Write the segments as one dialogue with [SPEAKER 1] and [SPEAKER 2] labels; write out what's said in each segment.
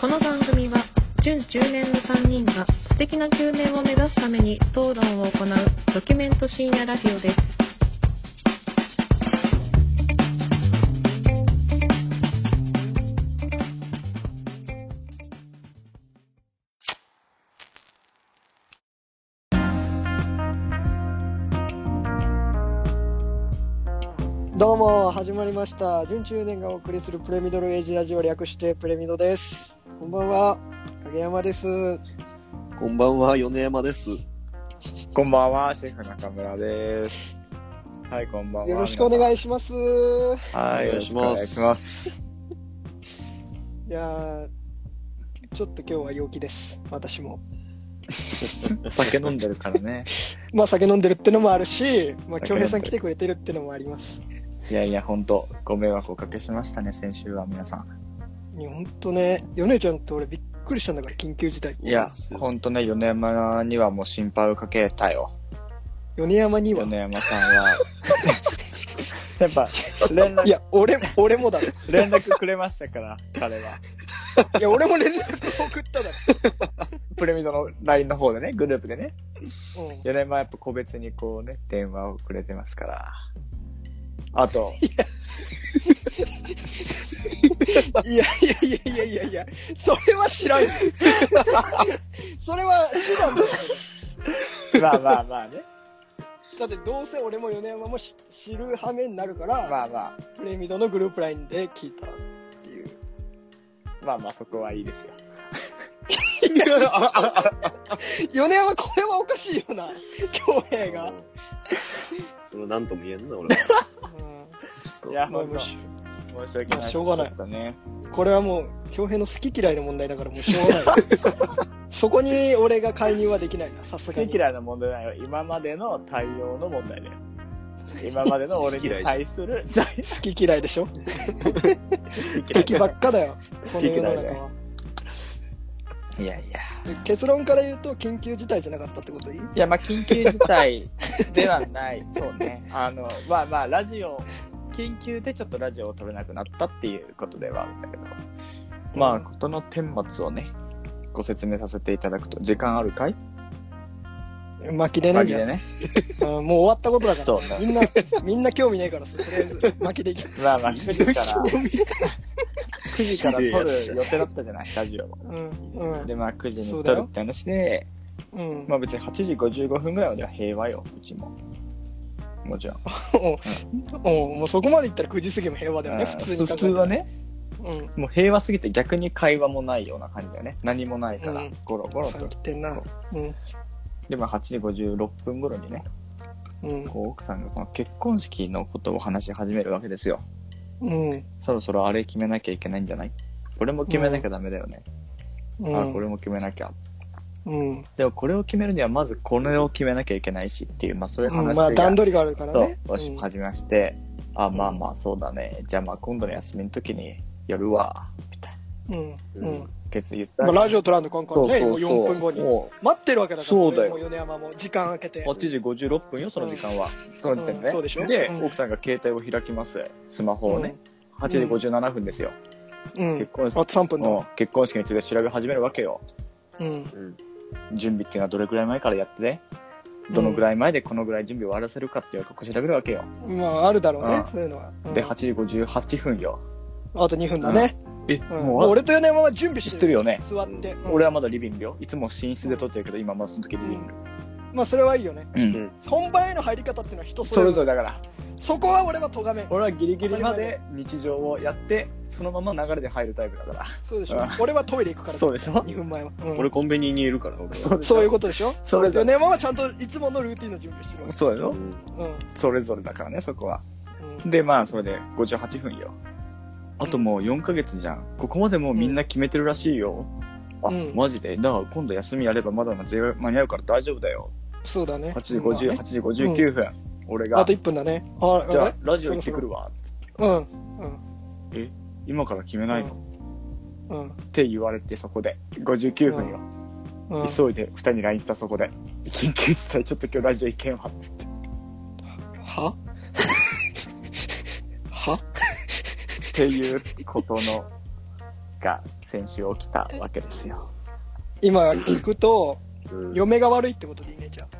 [SPEAKER 1] この番組は準10年の3人が素敵な9年を目指すために討論を行うドキュメント深夜ラジオです。
[SPEAKER 2] どうも始まりました準中年がお送りするプレミドルエイジラジオ略してプレミドですこんばんは影山です
[SPEAKER 3] こんばんは、米山です。よ
[SPEAKER 4] こんばんは、シェフ中村です。はい、こんばんは。
[SPEAKER 2] よろしくお願いしますい
[SPEAKER 4] 皆さんはい、よろしくお願いします。
[SPEAKER 2] やーちょっと今日は陽気です私も
[SPEAKER 4] お酒飲んでるから ね。
[SPEAKER 2] まあ酒飲んでるってのもあるしまあ
[SPEAKER 4] 酒
[SPEAKER 2] 京
[SPEAKER 4] 飲んでる
[SPEAKER 2] 平さん来てくれてるってのもあります
[SPEAKER 4] いやいや、ほんと、ご迷惑おかけしましたね、先週は皆さん。
[SPEAKER 2] いやほんとね米ちゃんと俺びっくりしたんだから緊急事態
[SPEAKER 4] い
[SPEAKER 3] そう
[SPEAKER 4] や
[SPEAKER 3] です、よ
[SPEAKER 4] ほんとね、米山にはもう心配をかけたよ。
[SPEAKER 2] 米山には
[SPEAKER 4] 米山さん は。やっぱ、連
[SPEAKER 2] い
[SPEAKER 4] 絡、
[SPEAKER 2] や俺俺もだろ
[SPEAKER 4] 連絡くれましたから、彼は。
[SPEAKER 2] いや俺も連絡送っただ
[SPEAKER 4] プレミドの LINE の方でね、グループでね。
[SPEAKER 2] ろ、うん、
[SPEAKER 4] 米山はやっぱ個別にこうね、電話をくれてますから。あと、
[SPEAKER 2] いやいやいやいやいやいや、それは知らん。それは手段だよ。
[SPEAKER 4] まあまあまあね。
[SPEAKER 2] だってどうせ俺も米山もし知る羽目になるから、
[SPEAKER 4] まあまあ。
[SPEAKER 2] プレミドのグループラインで聞いたっていう。
[SPEAKER 4] まあまあそこはいいですよ。
[SPEAKER 2] 米山これはおかしいよな、恭平が。
[SPEAKER 3] それなんとも言えんな、俺は。
[SPEAKER 2] う
[SPEAKER 3] ちょっと。
[SPEAKER 4] いや、
[SPEAKER 2] ん、まあ
[SPEAKER 4] ほん
[SPEAKER 2] も
[SPEAKER 4] と
[SPEAKER 2] う
[SPEAKER 4] 申
[SPEAKER 2] し
[SPEAKER 4] し訳ない。
[SPEAKER 2] しょうがない
[SPEAKER 4] ちっとね。
[SPEAKER 2] これはもう恭平の好き嫌いの問題だからもうしょうがない。そこに俺が介入はできないな、さす
[SPEAKER 4] 好
[SPEAKER 2] がに。
[SPEAKER 4] き嫌いの問題は今までの対応の問 題だよ。今までの俺に対する大好
[SPEAKER 2] 好き嫌いでしょ
[SPEAKER 4] き
[SPEAKER 2] 敵ば
[SPEAKER 4] い。
[SPEAKER 2] っかだよ、この世の
[SPEAKER 4] 好き嫌い
[SPEAKER 2] 中
[SPEAKER 4] だ
[SPEAKER 2] は。
[SPEAKER 4] いやいや。
[SPEAKER 2] で結論から言うと緊急事態じゃなかったってこといい
[SPEAKER 4] いや、まあ緊急事態では ない。そうね。あの、まあまあラジオ、緊急でちょっとラジオを撮れなくなったっていうことではあるんだけど。まあ、事の顛末をね、ご説明させていただくと、時間あるかい
[SPEAKER 2] 巻きでね
[SPEAKER 4] 紛
[SPEAKER 2] じゃ
[SPEAKER 4] れ
[SPEAKER 2] ん、
[SPEAKER 4] ね。
[SPEAKER 2] うんもう終わったことだから
[SPEAKER 4] そうね。
[SPEAKER 2] みんなみんな興味ないからさとりあえず 巻きでいき、
[SPEAKER 4] まあまあ、9時から、9時から撮る予定だったじゃない、ラジオを。
[SPEAKER 2] うんうん
[SPEAKER 4] で、まあ9時
[SPEAKER 2] そう
[SPEAKER 4] に
[SPEAKER 2] だ
[SPEAKER 4] 撮
[SPEAKER 2] よ
[SPEAKER 4] るって話で、
[SPEAKER 2] うん、
[SPEAKER 4] まあ別に8時55分ぐらいまでは平和よ、うちも。もちろん。
[SPEAKER 2] おうもうそこまでいったら9時過ぎも平和だよね
[SPEAKER 4] あー
[SPEAKER 2] 普通に考えた
[SPEAKER 4] 普
[SPEAKER 2] ら
[SPEAKER 4] 通はね、
[SPEAKER 2] うん
[SPEAKER 4] もう平和すぎて逆に会話もないような感じだよね。何もないから
[SPEAKER 2] うん、
[SPEAKER 4] ゴロゴロ
[SPEAKER 2] さ
[SPEAKER 4] と
[SPEAKER 2] っ。きってんなうん
[SPEAKER 4] で、まあ8時56分頃にね、
[SPEAKER 2] うん
[SPEAKER 4] こう奥さんがこの結婚式のことを話し始めるわけですよ。
[SPEAKER 2] うん
[SPEAKER 4] そろそろあれ決めなきゃいけないんじゃないこれも決めなきゃダメだよね。
[SPEAKER 2] う
[SPEAKER 4] あー、これ
[SPEAKER 2] ん
[SPEAKER 4] も決めなきゃ。
[SPEAKER 2] うん
[SPEAKER 4] でもこれを決めるにはまずこれを決めなきゃいけないしっていう、まあそういう話
[SPEAKER 2] う
[SPEAKER 4] が、
[SPEAKER 2] んまあ段取りがあるから
[SPEAKER 4] そう
[SPEAKER 2] ね、
[SPEAKER 4] わし
[SPEAKER 2] うん
[SPEAKER 4] 始めまして、あ、まあまあそうだね。じゃあまあ今度の休みの時にやるわ、みたいな。
[SPEAKER 2] うんうん
[SPEAKER 4] ケツ言った
[SPEAKER 2] まあ、
[SPEAKER 4] ら。
[SPEAKER 2] ラジオ撮らんのかんからね
[SPEAKER 4] そうそうそう
[SPEAKER 2] もう4分後に
[SPEAKER 4] も
[SPEAKER 2] 待ってるわけだから
[SPEAKER 4] そうだよ
[SPEAKER 2] も米山も時間空けて
[SPEAKER 4] う8時56分よ、その時間は。その時点でね。
[SPEAKER 2] うんそうでしょうん
[SPEAKER 4] 奥さんが携帯を開きます。スマホをね。8時57分ですよ。
[SPEAKER 2] うん、うん
[SPEAKER 4] 結婚
[SPEAKER 2] あと3分だ
[SPEAKER 4] うん結婚式について調べ始めるわけよ。
[SPEAKER 2] うん
[SPEAKER 3] うん。
[SPEAKER 4] 準備っていうのはどれくらい前からやってね。どのぐらい前でこのぐらい準備を終わらせるかっていうのをここ調べるわけよ。
[SPEAKER 2] まああるだろうね
[SPEAKER 4] うん
[SPEAKER 2] そういうのは、うん
[SPEAKER 4] で、8時58分よ。
[SPEAKER 2] あと2分だね、
[SPEAKER 4] え、
[SPEAKER 2] うん
[SPEAKER 4] もう
[SPEAKER 2] 俺と米山は準備
[SPEAKER 4] 知
[SPEAKER 2] し
[SPEAKER 4] ってて
[SPEAKER 2] る
[SPEAKER 4] る
[SPEAKER 2] よ
[SPEAKER 4] よね。
[SPEAKER 2] 座って、うん
[SPEAKER 4] 俺はまだリビングよ。いつも寝室で撮ってるけど、今まだその時リビング。
[SPEAKER 2] まあそれはいいよね
[SPEAKER 4] うん。
[SPEAKER 2] 本番への入り方っていうのは人そ
[SPEAKER 4] そ
[SPEAKER 2] れ
[SPEAKER 4] れ
[SPEAKER 2] ぞ
[SPEAKER 4] ぞ
[SPEAKER 2] れ
[SPEAKER 4] れだから。
[SPEAKER 2] そこは俺は咎めん
[SPEAKER 4] 俺はギリギリまで日常をやって、そのまま流れで入るタイプだか
[SPEAKER 2] そうでし
[SPEAKER 4] う
[SPEAKER 2] ょ
[SPEAKER 4] ん。
[SPEAKER 2] 俺はトイレ行くから
[SPEAKER 4] そうでしょ
[SPEAKER 2] 2分前は、うん
[SPEAKER 3] 俺コンビニにいるから、俺は。
[SPEAKER 4] そうでしょ
[SPEAKER 2] そういうことでしょ
[SPEAKER 4] それぞれ。
[SPEAKER 2] 米山はちゃんといつものルーティンの準備してるわ
[SPEAKER 4] そうでしょ
[SPEAKER 3] うん
[SPEAKER 2] け
[SPEAKER 4] それぞれだからね、そこは。
[SPEAKER 2] うん
[SPEAKER 4] で、まあ、それで58分よ。あともう4ヶ月じゃん。ここまでもうみんな決めてるらしいよ。あ、
[SPEAKER 2] うん
[SPEAKER 4] マジでだから今度休みやればまだ間に合うから大丈夫だよ。
[SPEAKER 2] そうだね
[SPEAKER 4] 8時
[SPEAKER 2] まあ
[SPEAKER 4] 50、
[SPEAKER 2] ね
[SPEAKER 4] 8時59分。俺
[SPEAKER 2] あ
[SPEAKER 4] が
[SPEAKER 2] と、1分だねあ
[SPEAKER 4] じゃ
[SPEAKER 2] あ
[SPEAKER 4] あラジオ行ってくるわ。
[SPEAKER 2] れうんうん
[SPEAKER 4] 今から決めないの
[SPEAKER 2] うん
[SPEAKER 4] って言われてそこで59分よ、
[SPEAKER 2] うんうん
[SPEAKER 4] 急いで2人に LINE したそこで緊急事態ちょっと今日ラジオ行けんわっつって
[SPEAKER 2] は は
[SPEAKER 4] っていうことのが先週起きたわけですよ。
[SPEAKER 2] 今聞くと、
[SPEAKER 3] うん
[SPEAKER 2] 嫁が悪いってことでいいねじゃあ。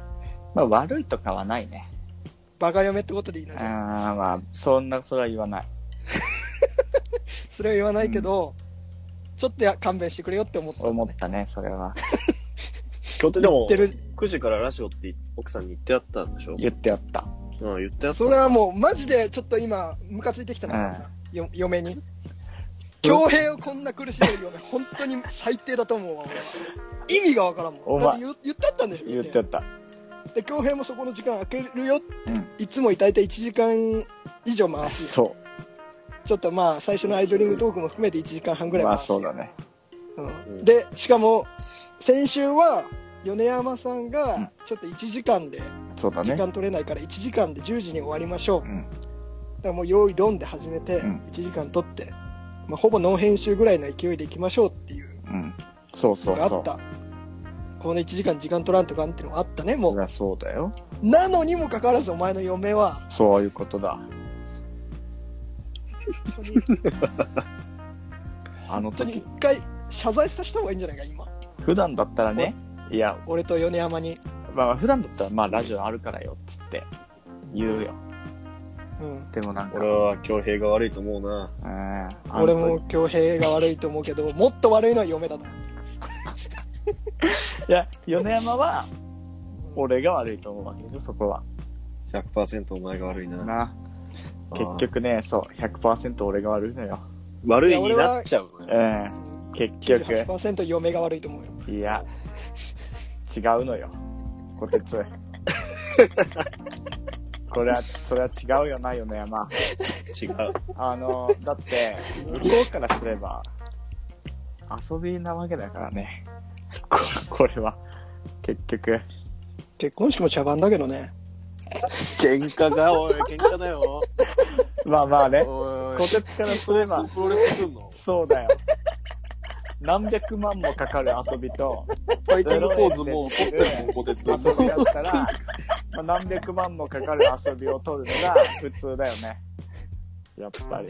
[SPEAKER 4] まあ、悪いとかはないね。
[SPEAKER 2] バカ嫁ってことでいいな
[SPEAKER 4] あ
[SPEAKER 2] じゃあ。
[SPEAKER 4] ーまあ、そんな、それは言わない。
[SPEAKER 2] それは言わないけど、ちょっとや勘弁してくれよって思ったん
[SPEAKER 4] 思
[SPEAKER 2] だね。
[SPEAKER 4] ったね、それは。
[SPEAKER 3] 今日で
[SPEAKER 2] 言
[SPEAKER 3] も
[SPEAKER 2] ってる
[SPEAKER 3] 9時からラジオって奥さんに言ってあったんでしょ
[SPEAKER 4] 言ってあった。
[SPEAKER 3] うん、言ってあった。
[SPEAKER 2] それはもう、マジでちょっと今、ムカついてきたな、よ嫁に。恭平をこんな苦しめる嫁、本当に最低だと思うわ、俺は。意味がわからんも
[SPEAKER 4] お
[SPEAKER 2] ん。
[SPEAKER 4] 前
[SPEAKER 2] だって言言ったったんでしょ
[SPEAKER 4] 言ってあった。
[SPEAKER 2] で恭平もそこの時間空けるよって、
[SPEAKER 4] うん
[SPEAKER 2] いつも大体1時間以上回すよ
[SPEAKER 4] そ
[SPEAKER 2] ちょっとまあ最初のアイドリングトークも含めて1時間半ぐ
[SPEAKER 4] う。
[SPEAKER 2] らい
[SPEAKER 4] まあ、
[SPEAKER 2] 回す
[SPEAKER 4] そ
[SPEAKER 2] よ、
[SPEAKER 4] うだね。
[SPEAKER 2] うんでしかも先週は米山さん
[SPEAKER 4] うん
[SPEAKER 2] がちょっと1時間で
[SPEAKER 4] そうだ
[SPEAKER 2] 時
[SPEAKER 4] ね。
[SPEAKER 2] 間取れないから1時間で10時に終わりましょう、
[SPEAKER 4] うん。
[SPEAKER 2] だからもう用意ドンで始めて
[SPEAKER 4] うん
[SPEAKER 2] 1時間取って、まあ、ほぼノン編集ぐらいの勢いでいきましょうっていう
[SPEAKER 4] うん。そうそ
[SPEAKER 2] の
[SPEAKER 4] う
[SPEAKER 2] があ
[SPEAKER 4] そ
[SPEAKER 2] っ
[SPEAKER 4] う。
[SPEAKER 2] たこの1時間時間取らんとかんっていうのがあったねも
[SPEAKER 4] そうりゃそうだよ。
[SPEAKER 2] なのにもかかわらずお前の嫁は
[SPEAKER 4] そういうことだ。
[SPEAKER 2] 本当に
[SPEAKER 4] あの
[SPEAKER 2] 本当に
[SPEAKER 4] 時
[SPEAKER 2] 一、回謝罪させた方がいいんじゃないか今
[SPEAKER 4] 普段だったらね、いや、
[SPEAKER 2] 俺と米山に、
[SPEAKER 4] まあ、普段だったら、まあ、ラジオあるからよ、つって言うよ。
[SPEAKER 2] うん、
[SPEAKER 4] でもなんか、
[SPEAKER 3] 俺は恭平が悪いと思うな。
[SPEAKER 4] うんあの時
[SPEAKER 2] 俺も恭平が悪いと思うけどもっと悪いのは嫁だと思う
[SPEAKER 4] いや、米山は、俺が悪いと思うわけでしょ、そこは。
[SPEAKER 3] 100%お前が悪いな。
[SPEAKER 4] な。結局ね、そう、100%俺が悪いのよ。
[SPEAKER 3] 悪いになっちゃう
[SPEAKER 4] う
[SPEAKER 3] ね。
[SPEAKER 4] ん。 結局、
[SPEAKER 2] 98%嫁が悪いと思うよ
[SPEAKER 4] いや、違うのよ。こて つ。これは、それは違うよな、米山。
[SPEAKER 3] 違う。
[SPEAKER 4] あの、だって、向こうからすれば、遊びなわけだからね。ここれは、結局。
[SPEAKER 2] 結婚式も茶番だけどね
[SPEAKER 3] 喧嘩だ、おい、喧嘩だよ。
[SPEAKER 4] まあまあね、
[SPEAKER 3] おい
[SPEAKER 4] こてつからすれば、
[SPEAKER 3] プロレスすんの
[SPEAKER 4] そうだよ。何百万もかかる遊びと、
[SPEAKER 3] ファイティングポーズもう撮ってるもん、こてつ。
[SPEAKER 4] 遊びだったら、まあ、何百万もかかる遊びを取るのが普通だよね。やっぱり。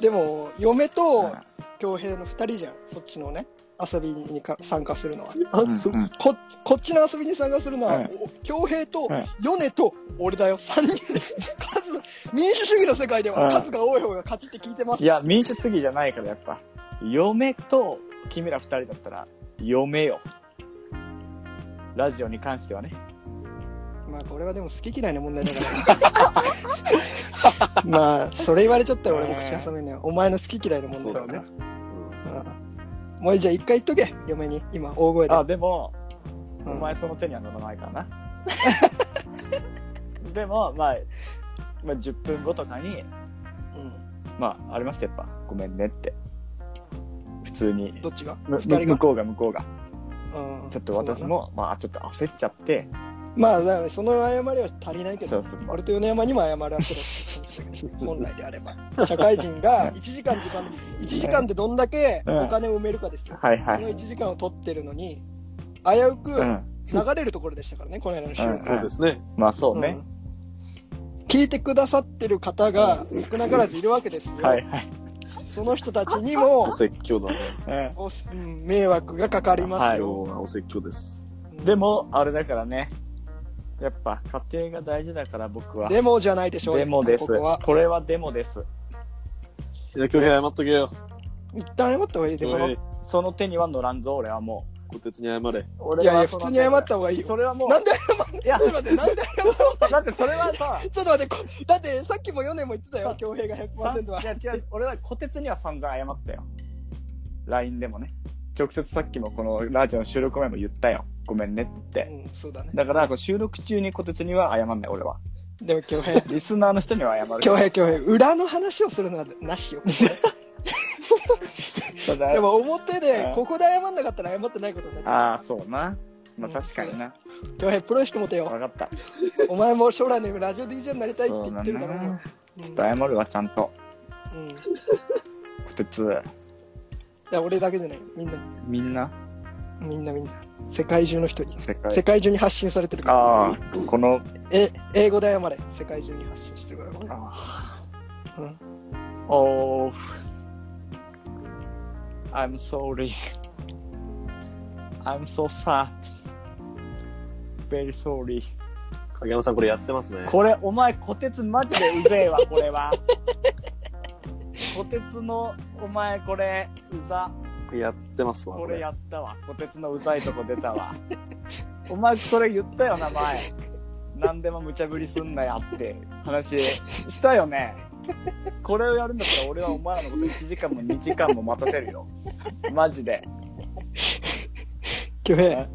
[SPEAKER 2] でも嫁
[SPEAKER 4] う
[SPEAKER 2] と
[SPEAKER 4] ん
[SPEAKER 2] 恭平の2人じゃんそっちのね遊びにか参加するのは
[SPEAKER 3] あ、そううん
[SPEAKER 2] ここっちの遊びに参加するの
[SPEAKER 4] う
[SPEAKER 2] は
[SPEAKER 4] ん
[SPEAKER 2] お恭平と
[SPEAKER 4] うん
[SPEAKER 2] 米と俺だよ3人で数民主主義の世界で
[SPEAKER 4] う
[SPEAKER 2] は
[SPEAKER 4] ん
[SPEAKER 2] 数が多い方が勝ちって聞いてます
[SPEAKER 4] いや、民主主義じゃないから、やっぱ。嫁と君ら二人だったら、嫁よ。ラジオに関してはね。
[SPEAKER 2] まあこれはでも好き嫌いの問題だから まあそれ言われちゃったら俺も口挟めんのよお前の好き嫌いの問題だから
[SPEAKER 3] そ
[SPEAKER 2] うんもうじゃあ一回言っとけ嫁に今大声で
[SPEAKER 4] あ、でも、
[SPEAKER 2] う
[SPEAKER 4] お
[SPEAKER 2] ん
[SPEAKER 4] 前その手には乗らないからな。 でも、まあ、まあ、10分後とかに、
[SPEAKER 2] うん
[SPEAKER 4] まあ、ありましたやっぱ、ごめんねって。普通に。
[SPEAKER 2] どっちが
[SPEAKER 4] む
[SPEAKER 2] 二人が
[SPEAKER 4] 向こうが向こうが。
[SPEAKER 2] うん
[SPEAKER 4] ちょっと私も、まあ、ちょっと焦っちゃって、
[SPEAKER 2] まあだからその謝りは足りないけ
[SPEAKER 4] そ
[SPEAKER 2] ど
[SPEAKER 4] うそう、
[SPEAKER 2] 俺と米山にも謝らせろって感じ だけど本来であれば社会人が1時間時間1時間でどんだけ
[SPEAKER 4] うん
[SPEAKER 2] お金を埋めるかですよ、
[SPEAKER 4] はいは
[SPEAKER 2] そ
[SPEAKER 4] い。
[SPEAKER 2] の1時間を取ってるのに危うく
[SPEAKER 4] うん。
[SPEAKER 2] 流れるところでしたからね、この間の収録、
[SPEAKER 4] ん
[SPEAKER 3] そうですね。
[SPEAKER 4] まあ、そうね。
[SPEAKER 2] うん聞いてくださってる方が少なからずいるわけですよ、
[SPEAKER 4] はいはい。
[SPEAKER 2] その人たちにも
[SPEAKER 3] お説教だね。
[SPEAKER 4] うん
[SPEAKER 2] おうん迷惑がかかりますよ、
[SPEAKER 3] 今日はお説教です。
[SPEAKER 2] うん
[SPEAKER 4] でも、あれだからね。やっぱ、家庭が大事だから、僕は。
[SPEAKER 2] でもじゃないでしょう
[SPEAKER 4] デモです。
[SPEAKER 2] ここは
[SPEAKER 4] これはデモです。
[SPEAKER 3] いや、恭平謝っとけよ。
[SPEAKER 2] 一旦謝った方がいいで
[SPEAKER 4] そ
[SPEAKER 2] も
[SPEAKER 4] のその手には乗らんぞ、俺はもう。
[SPEAKER 3] こてつに謝れ。
[SPEAKER 4] 俺はい
[SPEAKER 2] やいや
[SPEAKER 4] そ
[SPEAKER 2] 普
[SPEAKER 4] の
[SPEAKER 2] 通に謝った方がいいよ
[SPEAKER 4] それはもう、
[SPEAKER 2] なんで
[SPEAKER 4] いや
[SPEAKER 2] ちょっ、と待ってなんで謝ろう
[SPEAKER 4] だってそれはさ、
[SPEAKER 2] ちょっと待ってこだってさっきも米も言ってたよ恭平が
[SPEAKER 4] さ
[SPEAKER 2] 100%はい
[SPEAKER 4] や違う俺は虎鉄には散々謝ったよ LINE でもね直接さっきもこのラジオの収録前も言ったよごめんねって
[SPEAKER 2] うんそうだね
[SPEAKER 4] だからこう収録中に虎鉄には謝んない俺は
[SPEAKER 2] でも恭平
[SPEAKER 4] リスナーの人には謝る
[SPEAKER 2] 恭平恭平裏の話をするのはなしよ
[SPEAKER 4] ただ
[SPEAKER 2] でも表
[SPEAKER 4] う
[SPEAKER 2] で
[SPEAKER 4] ん
[SPEAKER 2] ここで謝んなかったら謝ってないことになる
[SPEAKER 4] ああそうなまあ確かにな
[SPEAKER 2] 恭平プロ意識持てよ
[SPEAKER 4] 分かった
[SPEAKER 2] お前も将来の夢ラジオ DJ になりたいって
[SPEAKER 4] そう
[SPEAKER 2] 言
[SPEAKER 4] な
[SPEAKER 2] っ
[SPEAKER 4] ん
[SPEAKER 2] て
[SPEAKER 4] だ
[SPEAKER 2] るだろうもん
[SPEAKER 4] なちょっと謝るわちゃんと
[SPEAKER 2] うん、うん、い
[SPEAKER 4] 虎鉄
[SPEAKER 2] や俺だけじゃないみんな
[SPEAKER 4] みんな
[SPEAKER 2] みんなみんな世界中の人に世
[SPEAKER 4] 世界
[SPEAKER 2] 界中に発信されてるから
[SPEAKER 4] ああこの
[SPEAKER 2] え英語で謝れ世界中に発信してるから
[SPEAKER 4] あ
[SPEAKER 2] うん
[SPEAKER 4] ーおー I'm sorry. I'm so sad. Very sorry.
[SPEAKER 3] 影山さん、これやってますね。
[SPEAKER 4] これ、お前、こてつマジでうぜえわ、こ れは。こてつの、お前、これ、うざ。
[SPEAKER 3] やってますわ。
[SPEAKER 4] これやったわ。こてつのうざいとこ出たわ。 お前、それ言ったよな、前。何でも無茶ぶりすんなやって話したよね。これをやるんだったら俺はお前らのこと1時間も2時間も待たせるよ。マジで。
[SPEAKER 2] 恭平、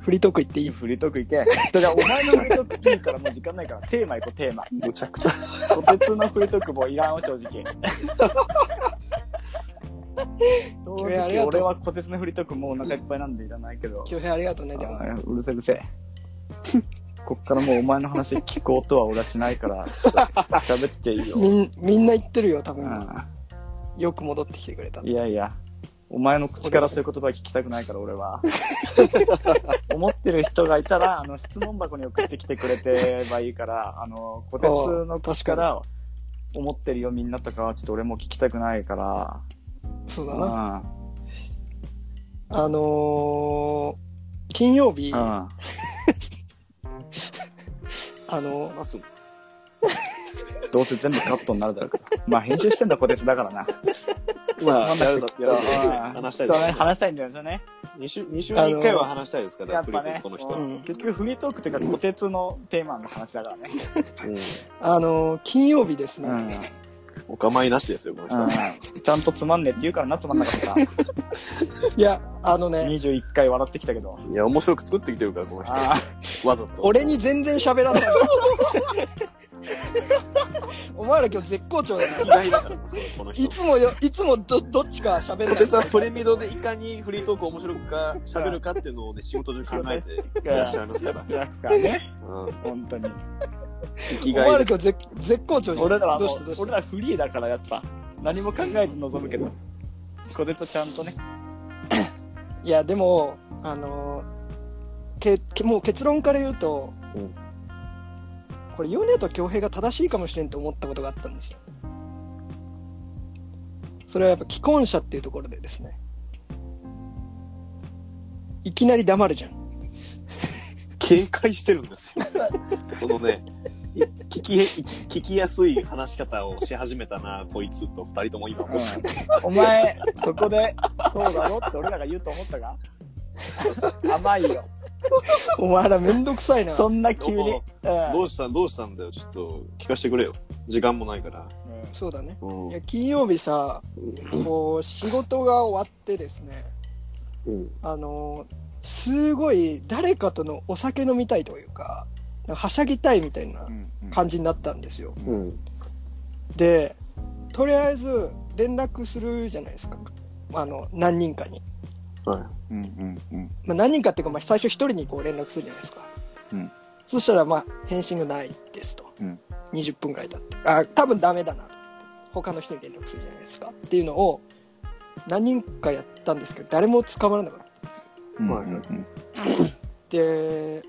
[SPEAKER 2] フリートーク行ってい
[SPEAKER 4] いい
[SPEAKER 2] い
[SPEAKER 4] フリートーク行け。だからお前のフリートークいいからもう時間ないから、テーマ行こう、テーマ。
[SPEAKER 3] むちゃくちゃ。
[SPEAKER 4] こてつのフリートークもいらんわ、正 直。正
[SPEAKER 2] 君ありが
[SPEAKER 4] 直
[SPEAKER 2] とう
[SPEAKER 4] 俺はこてつのフリートークもうお腹いっぱいなんでいらないけど。
[SPEAKER 2] 恭平ありがとうね、でも。
[SPEAKER 4] あーうるせえうるせ え。こっからもうお前の話聞こうとは俺はしないから、ちょっと喋っていいよ。
[SPEAKER 2] みんみんな言ってるよ、多
[SPEAKER 4] う
[SPEAKER 2] 分。
[SPEAKER 4] ん
[SPEAKER 2] よく戻ってきてくれた。
[SPEAKER 4] いやいや、お前の口からそういう言葉聞きたくないから 俺は。思ってる人がいたら、あの質問箱に送ってきてくれてばいいから、あの、こてつの口から、思ってるよみんなとかはちょっと俺も聞きたくないから。
[SPEAKER 2] そう
[SPEAKER 4] う
[SPEAKER 2] だ
[SPEAKER 4] ん。
[SPEAKER 2] な。あのー、金曜日、あ
[SPEAKER 4] うん。
[SPEAKER 2] のー、
[SPEAKER 3] ます
[SPEAKER 4] どうせ全部カットになるだろうけど。まあ編集してんだこてつだからな。
[SPEAKER 3] まあ、やるだ、やる
[SPEAKER 4] うん
[SPEAKER 3] だ、話したいで
[SPEAKER 4] そうね
[SPEAKER 3] すね。
[SPEAKER 4] 話したいんだよね。
[SPEAKER 3] 2週、二週に1回は話したいですから、
[SPEAKER 4] やっ
[SPEAKER 3] フリ
[SPEAKER 4] ぱ
[SPEAKER 3] ートーク
[SPEAKER 4] ね
[SPEAKER 3] の、人。
[SPEAKER 2] う
[SPEAKER 3] うん
[SPEAKER 2] ん
[SPEAKER 4] 結局フリートークというか、こてつのテーマの話だからね。
[SPEAKER 2] あのー、金曜日ですね。
[SPEAKER 3] お構いなしですよ、この人。
[SPEAKER 4] うん。ちゃんとつまんねえって言うからな、つまんなかった。
[SPEAKER 2] いや、あのね、
[SPEAKER 4] 21回笑ってきたけど。
[SPEAKER 3] いや、面白く作ってきてるから、この人。
[SPEAKER 4] あ
[SPEAKER 3] わざと。
[SPEAKER 2] 俺に全然喋らない。 お前ら今日絶好調だな。
[SPEAKER 3] 嫌いだから、そうこの
[SPEAKER 2] い
[SPEAKER 3] 人。
[SPEAKER 2] つもよ、いつもど、どっちか喋
[SPEAKER 3] こ
[SPEAKER 2] る
[SPEAKER 3] てつはプレミドでいかにフリートーク面白くか、喋るかっていうのをね、仕事中考えていらっしゃいます から
[SPEAKER 4] あ、。リラックスからね。
[SPEAKER 3] うん。
[SPEAKER 4] 本当に。
[SPEAKER 3] 生
[SPEAKER 2] お
[SPEAKER 3] き
[SPEAKER 2] 前
[SPEAKER 3] がい
[SPEAKER 2] ら
[SPEAKER 3] です。
[SPEAKER 2] 今日絶絶好調じゃん。
[SPEAKER 4] 俺らは
[SPEAKER 2] ど
[SPEAKER 4] も
[SPEAKER 2] うしたどう
[SPEAKER 4] う、
[SPEAKER 2] し
[SPEAKER 4] 俺
[SPEAKER 2] た
[SPEAKER 4] らフリーだからやっぱ、何も考えず臨むけど。こてつちゃんとね。
[SPEAKER 2] いや、でも、あのーけけ、もう結論から言うと、
[SPEAKER 3] うん
[SPEAKER 2] これ、ヨネと恭平が正しいかもしれんと思ったことがあったんですよ。それはやっぱ既婚者っていうところでですね。いきなり黙るじゃん。
[SPEAKER 3] 警戒してるんです よ。このね、聞き、聞きやすい話し方をし始めたな、こいつと二人とも今
[SPEAKER 4] う
[SPEAKER 3] 思
[SPEAKER 4] ん
[SPEAKER 3] う。
[SPEAKER 4] お前、そこで、そうだろって俺らが言うと思ったか甘いよ。
[SPEAKER 2] お前らめんどくさいな。
[SPEAKER 4] そんな急に。
[SPEAKER 3] ど
[SPEAKER 4] うん
[SPEAKER 3] どうしたんどうしたんだよ、ちょっと聞かせてくれよ。時間もないから。
[SPEAKER 4] うん
[SPEAKER 2] そうだね。
[SPEAKER 3] うん
[SPEAKER 2] いや、金曜日さ、こう、仕事が終わってですね、
[SPEAKER 3] うん。
[SPEAKER 2] あのーすごい誰かとのお酒飲みたいというか、なんかはしゃぎたいみたいな
[SPEAKER 4] うんうん
[SPEAKER 2] 感じになったんですよ。
[SPEAKER 3] うん。
[SPEAKER 2] でとりあえず連絡するじゃないですかあの何人かに、
[SPEAKER 3] は
[SPEAKER 4] うんうん
[SPEAKER 2] まあ、何人かっていうか、まあ、最初一人にこう連絡するじゃないですか、
[SPEAKER 4] うん
[SPEAKER 2] そしたらまあ返信がないですと、
[SPEAKER 4] うん
[SPEAKER 2] 20分ぐらい経ってあ多分ダメだなと思って他の人に連絡するじゃないですかっていうのを何人かやったんですけど誰も捕まらなかった
[SPEAKER 4] うん
[SPEAKER 3] はいはい
[SPEAKER 4] うん
[SPEAKER 2] で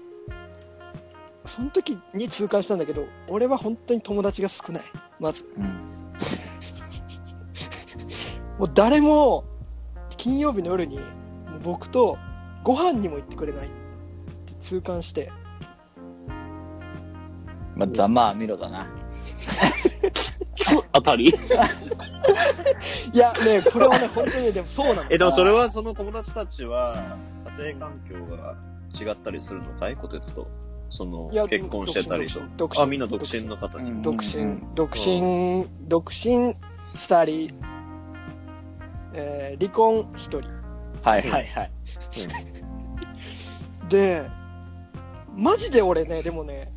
[SPEAKER 2] その時に痛感したんだけど俺は本当に友達が少ないまず
[SPEAKER 4] うん
[SPEAKER 2] もう誰も金曜日の夜に僕とご飯にも行ってくれないって痛感して
[SPEAKER 4] まあ、ざまあみろだな。
[SPEAKER 3] あたり
[SPEAKER 2] いやねこれは ね本当にねでもそうなの
[SPEAKER 3] え、でもそれはその友達たちは、家庭環境が違ったりするのかいこてつと。その
[SPEAKER 2] いや、
[SPEAKER 3] 結婚してたりと。
[SPEAKER 2] 独身
[SPEAKER 3] あ、みんな独身の方に。
[SPEAKER 2] 独身、
[SPEAKER 4] うん
[SPEAKER 2] 独身独身2人、えー離婚1人
[SPEAKER 4] はいはいはい。
[SPEAKER 2] でマジで俺ねでもね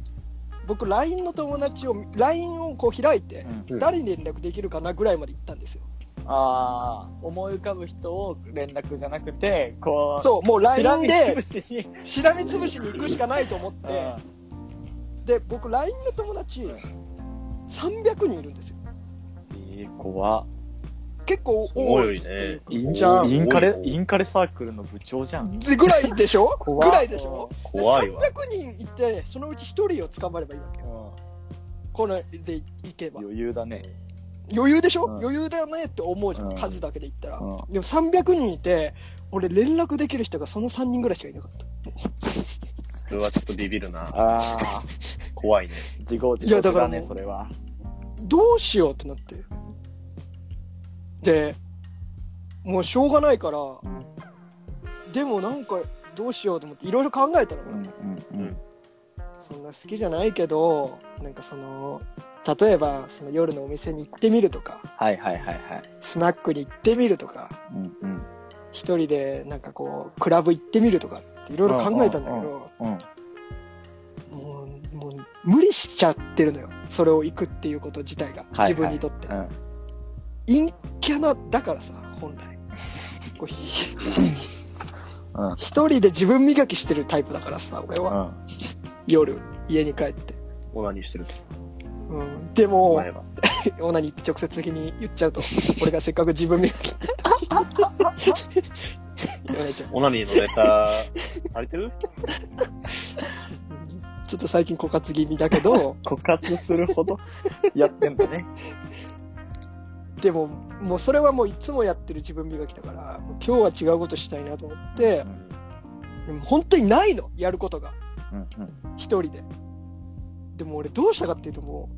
[SPEAKER 2] 僕 LINE の友達を LINE をこう開いて、
[SPEAKER 3] うん
[SPEAKER 2] 誰に連絡できるかなぐらいまで行ったんですよ
[SPEAKER 4] ああ、思い浮かぶ人を連絡じゃなくて、こう、
[SPEAKER 2] そうもう
[SPEAKER 4] しら
[SPEAKER 2] LINE
[SPEAKER 4] み
[SPEAKER 2] で
[SPEAKER 4] つぶしに。
[SPEAKER 2] しらみつぶしに行くしかないと思ってで僕 LINE の友達300人いるんですよ
[SPEAKER 4] いい子は、
[SPEAKER 2] 結構
[SPEAKER 3] 多
[SPEAKER 2] 多
[SPEAKER 3] い
[SPEAKER 2] い
[SPEAKER 3] ね。
[SPEAKER 4] イン
[SPEAKER 2] じゃあ
[SPEAKER 4] インカレ、インカレサークルの部長じゃん。
[SPEAKER 2] でぐらいでしょぐ
[SPEAKER 4] 怖い
[SPEAKER 2] らいでしょで
[SPEAKER 3] 怖いわ。
[SPEAKER 2] 300人いてそのうち1人を捕まればいいわけよこのでいけば
[SPEAKER 4] 余裕だね。
[SPEAKER 2] 余裕でしょ、
[SPEAKER 5] うん
[SPEAKER 2] 余裕だねって思うじゃん、
[SPEAKER 5] うん
[SPEAKER 2] 数だけで言ったら、
[SPEAKER 5] うん
[SPEAKER 2] でも300人いて俺連絡できる人がその3人ぐらいしかいなかった
[SPEAKER 3] それはちょっとビビるな。
[SPEAKER 5] ああ、
[SPEAKER 3] 怖いね。
[SPEAKER 5] 自業自
[SPEAKER 2] いやだ
[SPEAKER 5] 得
[SPEAKER 2] から
[SPEAKER 5] だ
[SPEAKER 2] もう
[SPEAKER 5] ね、それは。
[SPEAKER 2] どうしようってなってでもうしょうがないからでもなんかどうしようと思っていろいろ考えたの、
[SPEAKER 5] うんうんうん。
[SPEAKER 2] そんな好きじゃないけどなんかその例えばその夜のお店に行ってみるとか
[SPEAKER 5] はいはいはいはい。
[SPEAKER 2] スナックに行ってみるとか
[SPEAKER 5] うんうん
[SPEAKER 2] 一人でなんかこうクラブ行ってみるとかっていろいろ考えたんだけ
[SPEAKER 5] うん
[SPEAKER 2] ど
[SPEAKER 5] うん。
[SPEAKER 2] もうもう無理しちゃってるのよそれを行くっていうこと自体が
[SPEAKER 5] はいはい
[SPEAKER 2] 自分にとって、
[SPEAKER 5] うん
[SPEAKER 2] 陰キャなだからさ本来こうひ
[SPEAKER 5] うん
[SPEAKER 2] 一人で自分磨きしてるタイプだからさ俺
[SPEAKER 5] う
[SPEAKER 2] は
[SPEAKER 5] ん。
[SPEAKER 2] 夜家に帰って、
[SPEAKER 3] オナニーしてると
[SPEAKER 2] うん、でも
[SPEAKER 3] 前は。
[SPEAKER 2] オナニーって直接的に言っちゃうと俺がせっかく自分磨きって 言ったヨネちゃん
[SPEAKER 3] オナニーのネタ、足りてる
[SPEAKER 2] ちょっと最近枯渇気味だけど
[SPEAKER 5] 枯渇するほどやってんだ ね。
[SPEAKER 2] でももうそれはもういつもやってる自分磨きだからもう今日は違うことしたいなと思ってでも本当にないのやることが
[SPEAKER 5] うんうん。
[SPEAKER 2] 一人ででも俺どうしたかっていうともう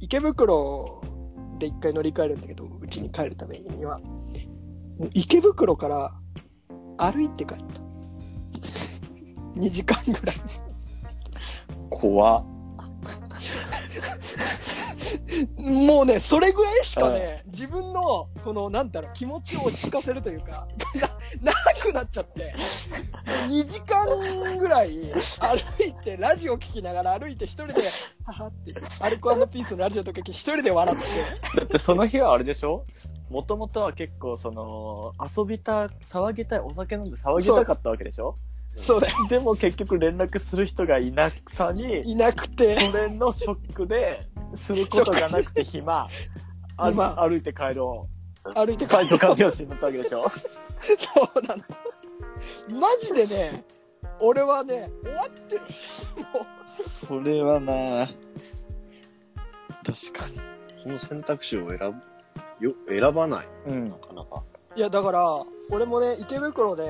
[SPEAKER 2] 池袋で一回乗り換えるんだけどうちに帰るためにはもう池袋から歩いて帰った2時間ぐらい
[SPEAKER 5] 怖っ。
[SPEAKER 2] もうね、それぐらいしかね、自分の、この、なんだろう、気持ちを落ち着かせるというか、 な、なくなっちゃって、2時間ぐらい歩いて、ラジオ聞きながら歩いて、一人で、ははって、アルコピースのラジオとか聞き、一人で笑って、
[SPEAKER 5] だってその日はあれでしょもともとは結構その遊びた騒ぎたいお酒飲んで騒ぎたかったわけでしょ
[SPEAKER 2] そうだよ、
[SPEAKER 5] でも結局連絡する人がいなくさに
[SPEAKER 2] いなくて、
[SPEAKER 5] それのショックですることがなくて暇あ
[SPEAKER 2] ま
[SPEAKER 5] 歩いて帰ろ
[SPEAKER 2] 歩いて
[SPEAKER 5] う
[SPEAKER 2] 帰
[SPEAKER 5] 斎
[SPEAKER 2] って
[SPEAKER 5] 藤 和義になったわけでしょ
[SPEAKER 2] そうなの。マジでね、俺はね、終わってる。もう
[SPEAKER 5] それはな確か
[SPEAKER 3] その選択肢を選ぶ、よ、選ばない。
[SPEAKER 5] にうん
[SPEAKER 3] なかなか。
[SPEAKER 2] いやだから俺もね池袋で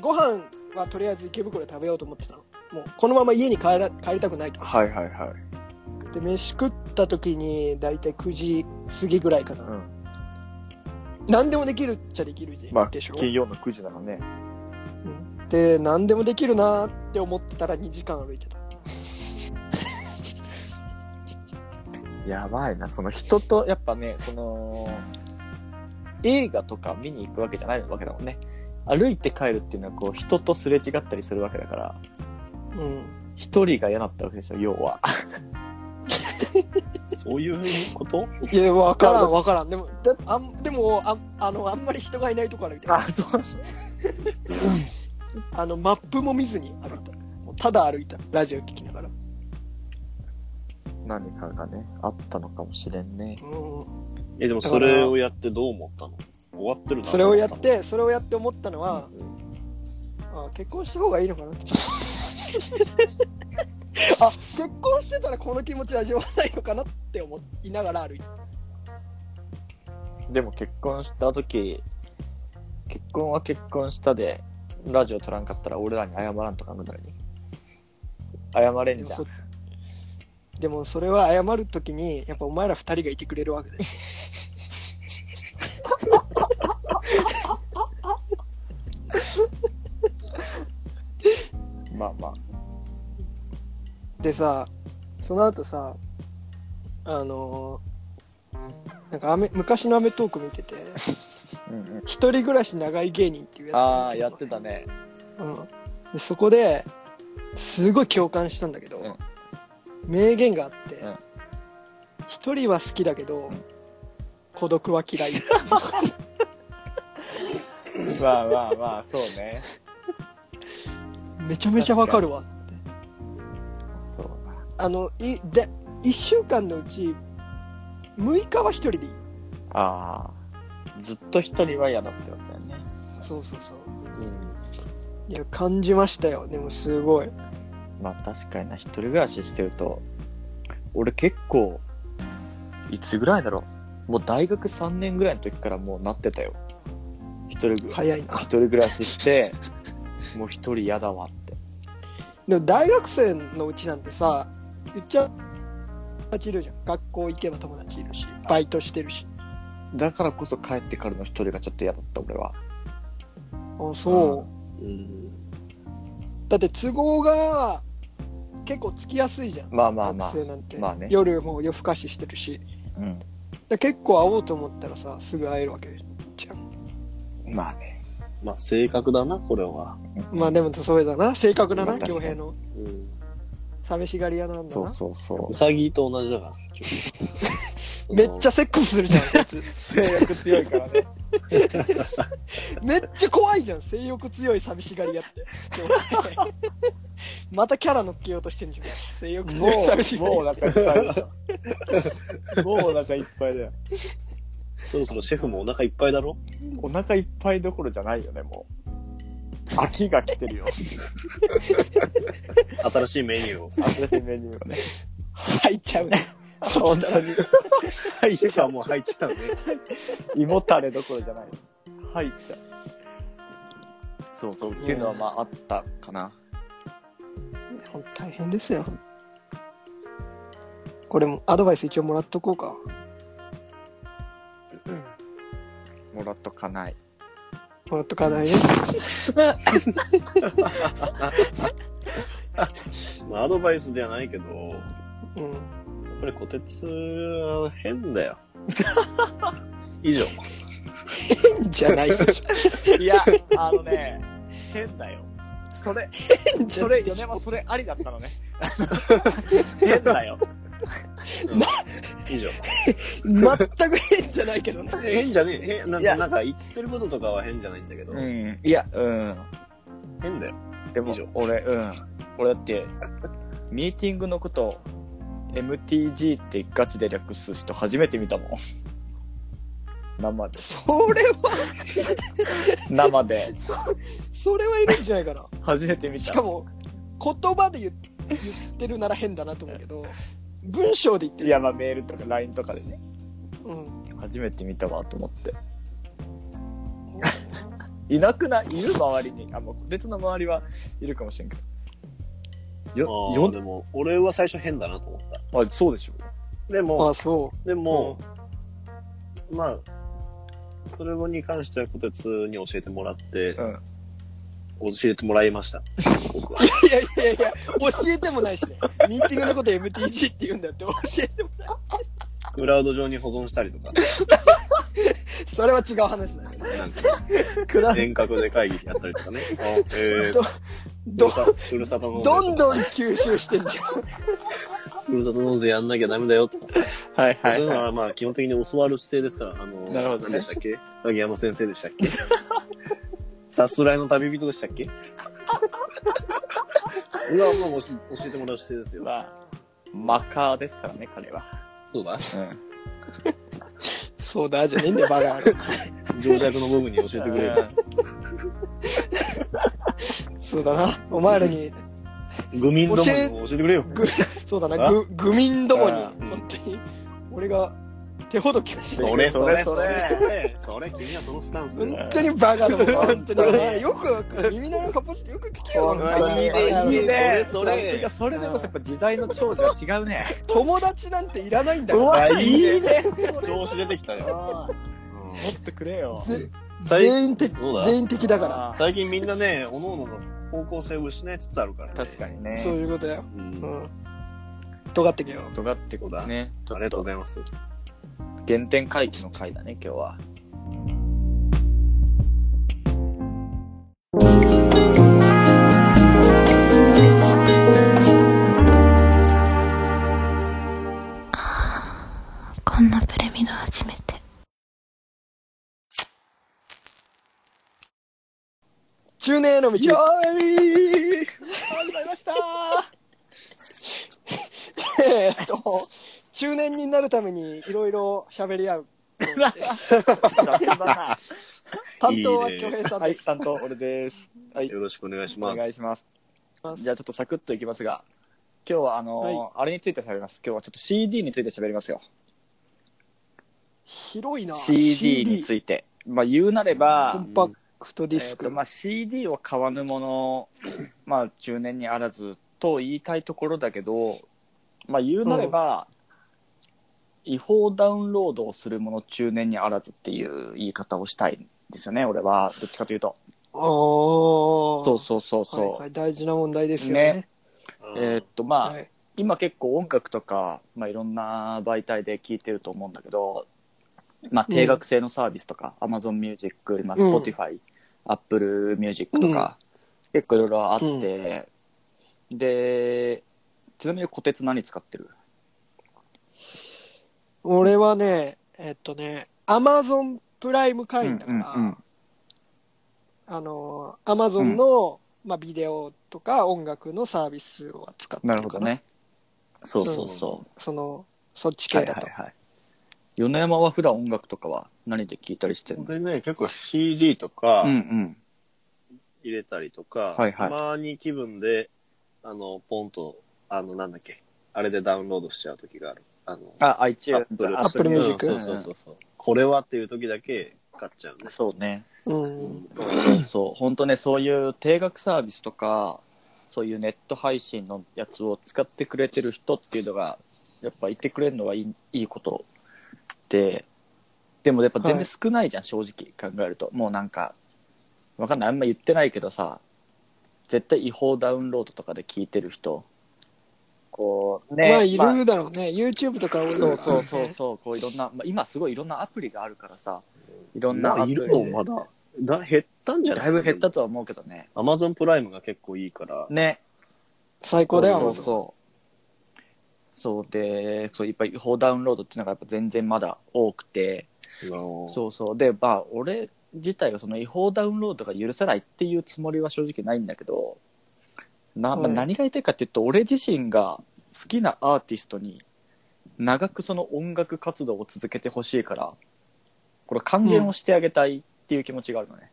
[SPEAKER 2] ご飯はとりあえず池袋で食べようと思ってたのもうこのまま家に帰ら帰りたくないと
[SPEAKER 5] はいはいはい
[SPEAKER 2] で飯食った時に大体9時過ぎぐらいかな、
[SPEAKER 5] うん
[SPEAKER 2] 何でもできるっちゃできるじゃん、
[SPEAKER 5] まあ
[SPEAKER 2] でしょ
[SPEAKER 5] 金曜の9時なのね
[SPEAKER 2] で何でもできるなーって思ってたら2時間歩いてた
[SPEAKER 5] やばいな、その人と、やっぱね、その、映画とか見に行くわけじゃないわけだもんね。歩いて帰るっていうのは、こう、人とすれ違ったりするわけだから、
[SPEAKER 2] うん
[SPEAKER 5] 一人が嫌だったわけでしょ、要は。
[SPEAKER 3] そういうこと
[SPEAKER 2] いや分からん分からんでもだあんでもあんあのあんまり人がいないとこ歩いてた、
[SPEAKER 5] そう。
[SPEAKER 2] あのマップも見ずに歩いたもうただ歩いたラジオ聞きながら
[SPEAKER 5] 何かがね、あったのかもしれんね。
[SPEAKER 2] うん
[SPEAKER 3] え、でもそれをやってどう思ったの終わってるな。
[SPEAKER 2] それをやっ。てそれをやって思ったのは、あ結婚した方がいいのかなって あ結婚してたらこの気持ち味わわないのかなって思いながら歩いて
[SPEAKER 5] でも結婚した時、結婚は結婚したで、ラジオ取らんかったら俺らに謝らんとかあんのだに。謝れん
[SPEAKER 2] でも
[SPEAKER 5] じゃ
[SPEAKER 2] そ
[SPEAKER 5] ん。
[SPEAKER 2] でもそれは謝るときにやっぱお前ら二人がいてくれるわけで
[SPEAKER 5] まあまあ。
[SPEAKER 2] でさその後さあのーなんかアメ昔の『アメトーク』見てて「
[SPEAKER 5] うんうん。
[SPEAKER 2] 一人暮らし長い芸人」っていうやつ
[SPEAKER 5] あ
[SPEAKER 2] 見
[SPEAKER 5] あ、
[SPEAKER 2] てた
[SPEAKER 5] や
[SPEAKER 2] の
[SPEAKER 5] ってたね。
[SPEAKER 2] うん、でそこですごい共感したんだけど、
[SPEAKER 5] うん
[SPEAKER 2] 名言があって
[SPEAKER 5] うん
[SPEAKER 2] 「一、人は好きだけど、
[SPEAKER 5] うん
[SPEAKER 2] 孤独は 嫌い」
[SPEAKER 5] まあまあまあ、そうね。
[SPEAKER 2] めちゃめちゃわかるわ
[SPEAKER 5] そう
[SPEAKER 2] あのいで1週間のうち6日は一人でいい
[SPEAKER 5] ああ。ずっと一人は嫌だってことだよね。
[SPEAKER 2] そうそうそういや感じましたよでもすごい
[SPEAKER 5] まあ確かにな、一人暮らししてると、俺結構、いつぐらいだろう。もう大学3年ぐらいの時からもうなってたよ。一人ぐ
[SPEAKER 2] 早いな
[SPEAKER 5] 一人暮らしして、もう一人嫌だわって。
[SPEAKER 2] でも大学生のうちなんてさ言っちゃ友達いるじゃん学校行けば友達いるしバイトしてるし
[SPEAKER 5] だからこそ帰ってからの一人がちょっと嫌だった、俺は。
[SPEAKER 2] あそう、
[SPEAKER 3] うん。
[SPEAKER 2] だって都合が結構つきやすいじゃん、
[SPEAKER 5] まあまあまあ
[SPEAKER 2] 学。生なんて、
[SPEAKER 5] まあね
[SPEAKER 2] 夜もう夜更かししてるし
[SPEAKER 5] うん。
[SPEAKER 2] で結構会おうと思ったらさすぐ会えるわけじゃん
[SPEAKER 5] まあね。
[SPEAKER 3] まあ、性格だな、これは。
[SPEAKER 2] まあでもそれだな性格だ
[SPEAKER 5] ま
[SPEAKER 2] な
[SPEAKER 5] あ確
[SPEAKER 2] 恭
[SPEAKER 5] かに
[SPEAKER 2] 平の
[SPEAKER 3] うん。
[SPEAKER 2] 寂しがり屋なんだ
[SPEAKER 5] そう
[SPEAKER 2] な
[SPEAKER 5] そうそう
[SPEAKER 3] う。さぎと同じだから。
[SPEAKER 2] めっちゃセックスするじゃんこいつ
[SPEAKER 5] 性欲強いから ね。
[SPEAKER 2] めっちゃ怖いじゃん性欲強い寂しがり屋って またキャラ乗っけようとしてんじゃん性欲強い寂しがり屋
[SPEAKER 5] お腹いっぱいでしょ。もうお腹いっぱいだよ。
[SPEAKER 3] そろそろシェフもお腹いっぱいだろ
[SPEAKER 5] お腹いっぱいどころじゃないよね、もう。秋が来て るよ。
[SPEAKER 3] 新しいメニューを。
[SPEAKER 5] 新しいメニューがね。
[SPEAKER 2] 入っちゃうね
[SPEAKER 5] 本当に。はい、
[SPEAKER 3] シェフはもう入っちゃうね。
[SPEAKER 5] 胃もたれどころじゃない。入っちゃう。そうそう。っていうのはまああったかな。
[SPEAKER 2] 大変ですよこれもアドバイス一応もらっとこうか
[SPEAKER 5] もらっとかない。
[SPEAKER 2] もらっとかないよ
[SPEAKER 3] まあ、アドバイスではないけど、や
[SPEAKER 2] うん
[SPEAKER 3] っぱり小鉄は 変だよ。以上。
[SPEAKER 2] 変じゃないでしょ
[SPEAKER 5] いや、あのね、変だよ。それ、
[SPEAKER 2] 変じゃ
[SPEAKER 5] そ
[SPEAKER 2] な
[SPEAKER 5] れ、
[SPEAKER 2] いでし
[SPEAKER 5] 米
[SPEAKER 2] ょ
[SPEAKER 5] はそれありだったのね。変だよ。
[SPEAKER 3] 以 上。
[SPEAKER 2] 全く変じゃないけどね
[SPEAKER 3] 変じゃねえ。変なん
[SPEAKER 5] いや
[SPEAKER 3] かなんか言ってることとかは変じゃないんだけど、
[SPEAKER 5] うん。いや、うん。
[SPEAKER 3] 変だよ。
[SPEAKER 5] でも
[SPEAKER 3] 以上
[SPEAKER 5] 俺うん俺だってミーティングのことを MTG ってガチで略す人初めて見たもん生で
[SPEAKER 2] それは
[SPEAKER 5] 生で
[SPEAKER 2] そそれはいるんじゃないかな
[SPEAKER 5] 初めて見
[SPEAKER 2] したかも言葉で言言ってるなら変だなと思うけど文章で言って
[SPEAKER 5] い
[SPEAKER 2] る、
[SPEAKER 5] やまあメールとか LINE とかでね
[SPEAKER 2] うん、
[SPEAKER 5] 初めて見たわと思っていなくないいる周りにあもう別の周りはいるかもしれんけど
[SPEAKER 3] あー
[SPEAKER 5] よ
[SPEAKER 3] で
[SPEAKER 5] よ
[SPEAKER 3] も、俺は最初変だなと思った。
[SPEAKER 5] あそうでしょ
[SPEAKER 3] で
[SPEAKER 2] あ
[SPEAKER 3] も、
[SPEAKER 2] そ
[SPEAKER 3] で
[SPEAKER 2] う
[SPEAKER 3] も、まあ、それに関しては小鉄に教えてもらって、
[SPEAKER 5] うん
[SPEAKER 3] 教えてもらいました。僕は。
[SPEAKER 2] いやいやいや教えてもないしねミーティングのこと MTG って言うんだって教えても
[SPEAKER 3] クラウド上に保存したりとか、
[SPEAKER 2] それは違う話だよ
[SPEAKER 3] なんか、
[SPEAKER 5] クラ
[SPEAKER 3] 遠隔で会議やったりとかね。あえー
[SPEAKER 2] どど
[SPEAKER 3] ふるさふるさと納税とか
[SPEAKER 2] どんどん吸収してんじゃん
[SPEAKER 3] ふるさと納税やんなきゃダメだよとかさ。
[SPEAKER 5] はいは
[SPEAKER 3] そう
[SPEAKER 5] い
[SPEAKER 3] いうの
[SPEAKER 5] は
[SPEAKER 3] はまあ基本的に教わる姿勢ですから、あの、
[SPEAKER 5] なるほどね
[SPEAKER 3] 何でしたっけ影山先生でしたっけさすらいの旅人でしたっけ俺はもう教え教えてもらう姿勢です
[SPEAKER 5] い
[SPEAKER 3] よ。
[SPEAKER 5] まあマカーですからね彼は
[SPEAKER 3] そうだ。
[SPEAKER 5] うん
[SPEAKER 2] そうだじゃねえんだよバカある
[SPEAKER 3] 情弱の部分に教えてくれる。
[SPEAKER 2] そうだなお前らに
[SPEAKER 3] 愚民どもにも教えてくれよ。
[SPEAKER 2] ぐそうだな
[SPEAKER 3] あ
[SPEAKER 2] ぐ愚民どもに
[SPEAKER 5] あ
[SPEAKER 2] 本当に俺が手ほどきをして
[SPEAKER 3] そ
[SPEAKER 2] る
[SPEAKER 3] れそれ
[SPEAKER 5] そ
[SPEAKER 3] そ
[SPEAKER 5] れ
[SPEAKER 3] れそれそれ君はそのスタンスだよ
[SPEAKER 2] 本当にバカだもん本当にお前らよく耳の中ポジてよく聞けよ
[SPEAKER 5] あ
[SPEAKER 2] 本当に
[SPEAKER 3] いいねいいね
[SPEAKER 5] それそれそれでもやっぱ時代の長女は違うね
[SPEAKER 2] 友達なんていらないんだよ
[SPEAKER 3] わいい
[SPEAKER 5] ね
[SPEAKER 3] 調子出てきたよ。
[SPEAKER 5] もっとくれよ
[SPEAKER 2] ぜ
[SPEAKER 3] 最
[SPEAKER 2] 全員的
[SPEAKER 3] そうだ
[SPEAKER 2] 全員的だか
[SPEAKER 3] 最近みんなね、おののの方向性を失いつつあるから、ね。
[SPEAKER 5] 確かに
[SPEAKER 2] らそう
[SPEAKER 5] ね
[SPEAKER 2] いうことだよ
[SPEAKER 3] うん
[SPEAKER 2] うん尖ってけよ
[SPEAKER 5] 尖って
[SPEAKER 3] そ
[SPEAKER 5] く
[SPEAKER 3] うだ
[SPEAKER 5] ね
[SPEAKER 3] ありがとうございます。
[SPEAKER 5] 原点回帰の回だね今日は
[SPEAKER 6] こんなプレミド初めて。
[SPEAKER 2] 中年への
[SPEAKER 5] よ
[SPEAKER 2] 道
[SPEAKER 5] ーいございました
[SPEAKER 2] えーっと中年になるためにいろいろ喋り合う
[SPEAKER 5] 雑だな
[SPEAKER 2] 担当はい
[SPEAKER 3] い
[SPEAKER 2] 恭
[SPEAKER 3] ね
[SPEAKER 2] 平さん
[SPEAKER 5] は
[SPEAKER 2] で
[SPEAKER 5] い
[SPEAKER 2] す
[SPEAKER 5] 担当俺ですはい
[SPEAKER 3] よろしくお願いし
[SPEAKER 5] お
[SPEAKER 3] ま
[SPEAKER 5] 願い
[SPEAKER 3] す。
[SPEAKER 5] します
[SPEAKER 2] お願いします
[SPEAKER 5] じゃあちょっとサクッといきますが今日はあのー
[SPEAKER 2] は
[SPEAKER 5] あれについて喋ります今日はちょっと CD について喋りますよ
[SPEAKER 2] 広いな
[SPEAKER 5] CD について。まあ、言うなれば、
[SPEAKER 2] コンパクトディス
[SPEAKER 5] えー
[SPEAKER 2] ク、
[SPEAKER 5] とまあ、CD は買わぬもの、まあ、10年にあらずと言いたいところだけど、まあ、言うなれば、違法ダウンロードをするもの中年にあらずっていう言い方をしたいんですよね俺はどっちかというと
[SPEAKER 2] ああ
[SPEAKER 5] そうそうそうそう、
[SPEAKER 2] はいはい、大事な問題ですよね
[SPEAKER 5] ねえーっとまあ、
[SPEAKER 2] はい、
[SPEAKER 5] 今結構音楽とか、まあ、いろんな媒体で聞いてると思うんだけど、まあ、定額制のサービスとか、Amazon Music、今
[SPEAKER 2] うん
[SPEAKER 5] Spotify、Apple Music とか、結構いろいろあって、で、ちなみに小鉄何使ってる
[SPEAKER 2] 俺はねえっとねアマゾンプライム会員だから、
[SPEAKER 5] うんうん
[SPEAKER 2] あのアマゾンの、まあ、ビデオとか音楽のサービスを使って
[SPEAKER 5] なる
[SPEAKER 2] る
[SPEAKER 5] ほ
[SPEAKER 2] か
[SPEAKER 5] ど
[SPEAKER 2] な
[SPEAKER 5] ね。そうそうそ
[SPEAKER 2] そのそっち
[SPEAKER 5] う。は
[SPEAKER 2] 系だ
[SPEAKER 5] いは
[SPEAKER 2] と、
[SPEAKER 5] いはい。米山は普段音楽とかは何で聞いたりしてるの
[SPEAKER 3] でね、結構 CD とか
[SPEAKER 5] うんうん。
[SPEAKER 3] 入れたりとか、
[SPEAKER 5] はいは
[SPEAKER 3] た
[SPEAKER 5] い
[SPEAKER 3] まに気分で、あの、ポンと、あの、なんだっけ、あれでダウンロードしちゃう時がある。あの、
[SPEAKER 5] あ、iTunes、
[SPEAKER 3] Apple
[SPEAKER 2] Apple
[SPEAKER 3] うん
[SPEAKER 2] Music
[SPEAKER 3] そうそうそうそう。これはっていう時だけ買っちゃうんです。
[SPEAKER 5] そうね。
[SPEAKER 2] うん、
[SPEAKER 5] そう、本当ね、そういう定額サービスとか、そういうネット配信のやつを使ってくれてる人っていうのが、やっぱいてくれるのはいいいいことで、でもやっぱ全
[SPEAKER 2] はい
[SPEAKER 5] 然少ないじゃん、正直考えると。もうなんか、わかんない、あんま言ってないけどさ、絶対違法ダウンロードとかで聞いてる人、こうね、
[SPEAKER 2] まあい
[SPEAKER 5] まあ
[SPEAKER 2] るだろうね、YouTube とか俺
[SPEAKER 5] そうそうそうそう、こういろんな、まあ、今すごいいろんなアプリがあるからさ、いろんなア
[SPEAKER 3] まあ
[SPEAKER 5] プリ
[SPEAKER 3] い
[SPEAKER 5] で
[SPEAKER 3] るのまだ。だ、減ったんじゃない
[SPEAKER 5] だいぶ減った。とは思うけどね。
[SPEAKER 3] アマゾンプライムが結構いいから。
[SPEAKER 5] ね、
[SPEAKER 2] 最高だよ
[SPEAKER 5] そうそう
[SPEAKER 2] Amazon
[SPEAKER 5] そうそうでそういっぱい違法ダウンロードっていうのがやっぱ全然まだ多くて
[SPEAKER 3] そう。
[SPEAKER 5] そうそうでまあ俺自体がその違法ダウンロードが許さないっていうつもりは正直ないんだけどな、まあ
[SPEAKER 2] うん
[SPEAKER 5] 何が言いたいかっていうと俺自身が好きなアーティストに長くその音楽活動を続けてほしいからこれ還元をしてあげたいっていう気持ちがあるのね、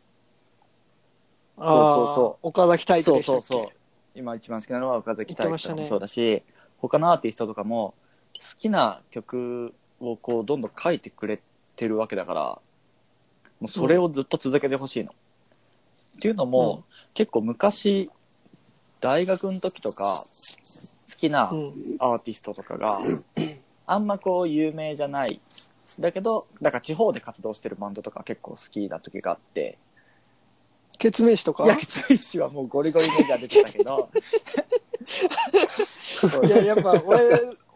[SPEAKER 2] あー
[SPEAKER 5] そうそう
[SPEAKER 2] 岡崎体育
[SPEAKER 5] そう
[SPEAKER 2] でした
[SPEAKER 5] そ
[SPEAKER 2] っ
[SPEAKER 5] う
[SPEAKER 2] け
[SPEAKER 5] そう今一番好きなのは岡
[SPEAKER 2] 言
[SPEAKER 5] 崎
[SPEAKER 2] って
[SPEAKER 5] 体
[SPEAKER 2] ま
[SPEAKER 5] 育
[SPEAKER 2] し
[SPEAKER 5] さ
[SPEAKER 2] た
[SPEAKER 5] ん
[SPEAKER 2] ね
[SPEAKER 5] もそうだし他のアーティストとかも好きな曲をこうどんどん書いてくれてるわけだからもうそれをずっと続けてほしいの、っていうのも、結構昔大学の時とか好きな
[SPEAKER 2] うん
[SPEAKER 5] アーティストとかがあんまこう有名じゃないだけどなんか地方で活動してるバンドとか結構好きな時があって
[SPEAKER 2] ケツメイシとか
[SPEAKER 5] いや、ツイシはもうゴリゴリメジャー出てたけど。
[SPEAKER 2] いや、やっぱ俺、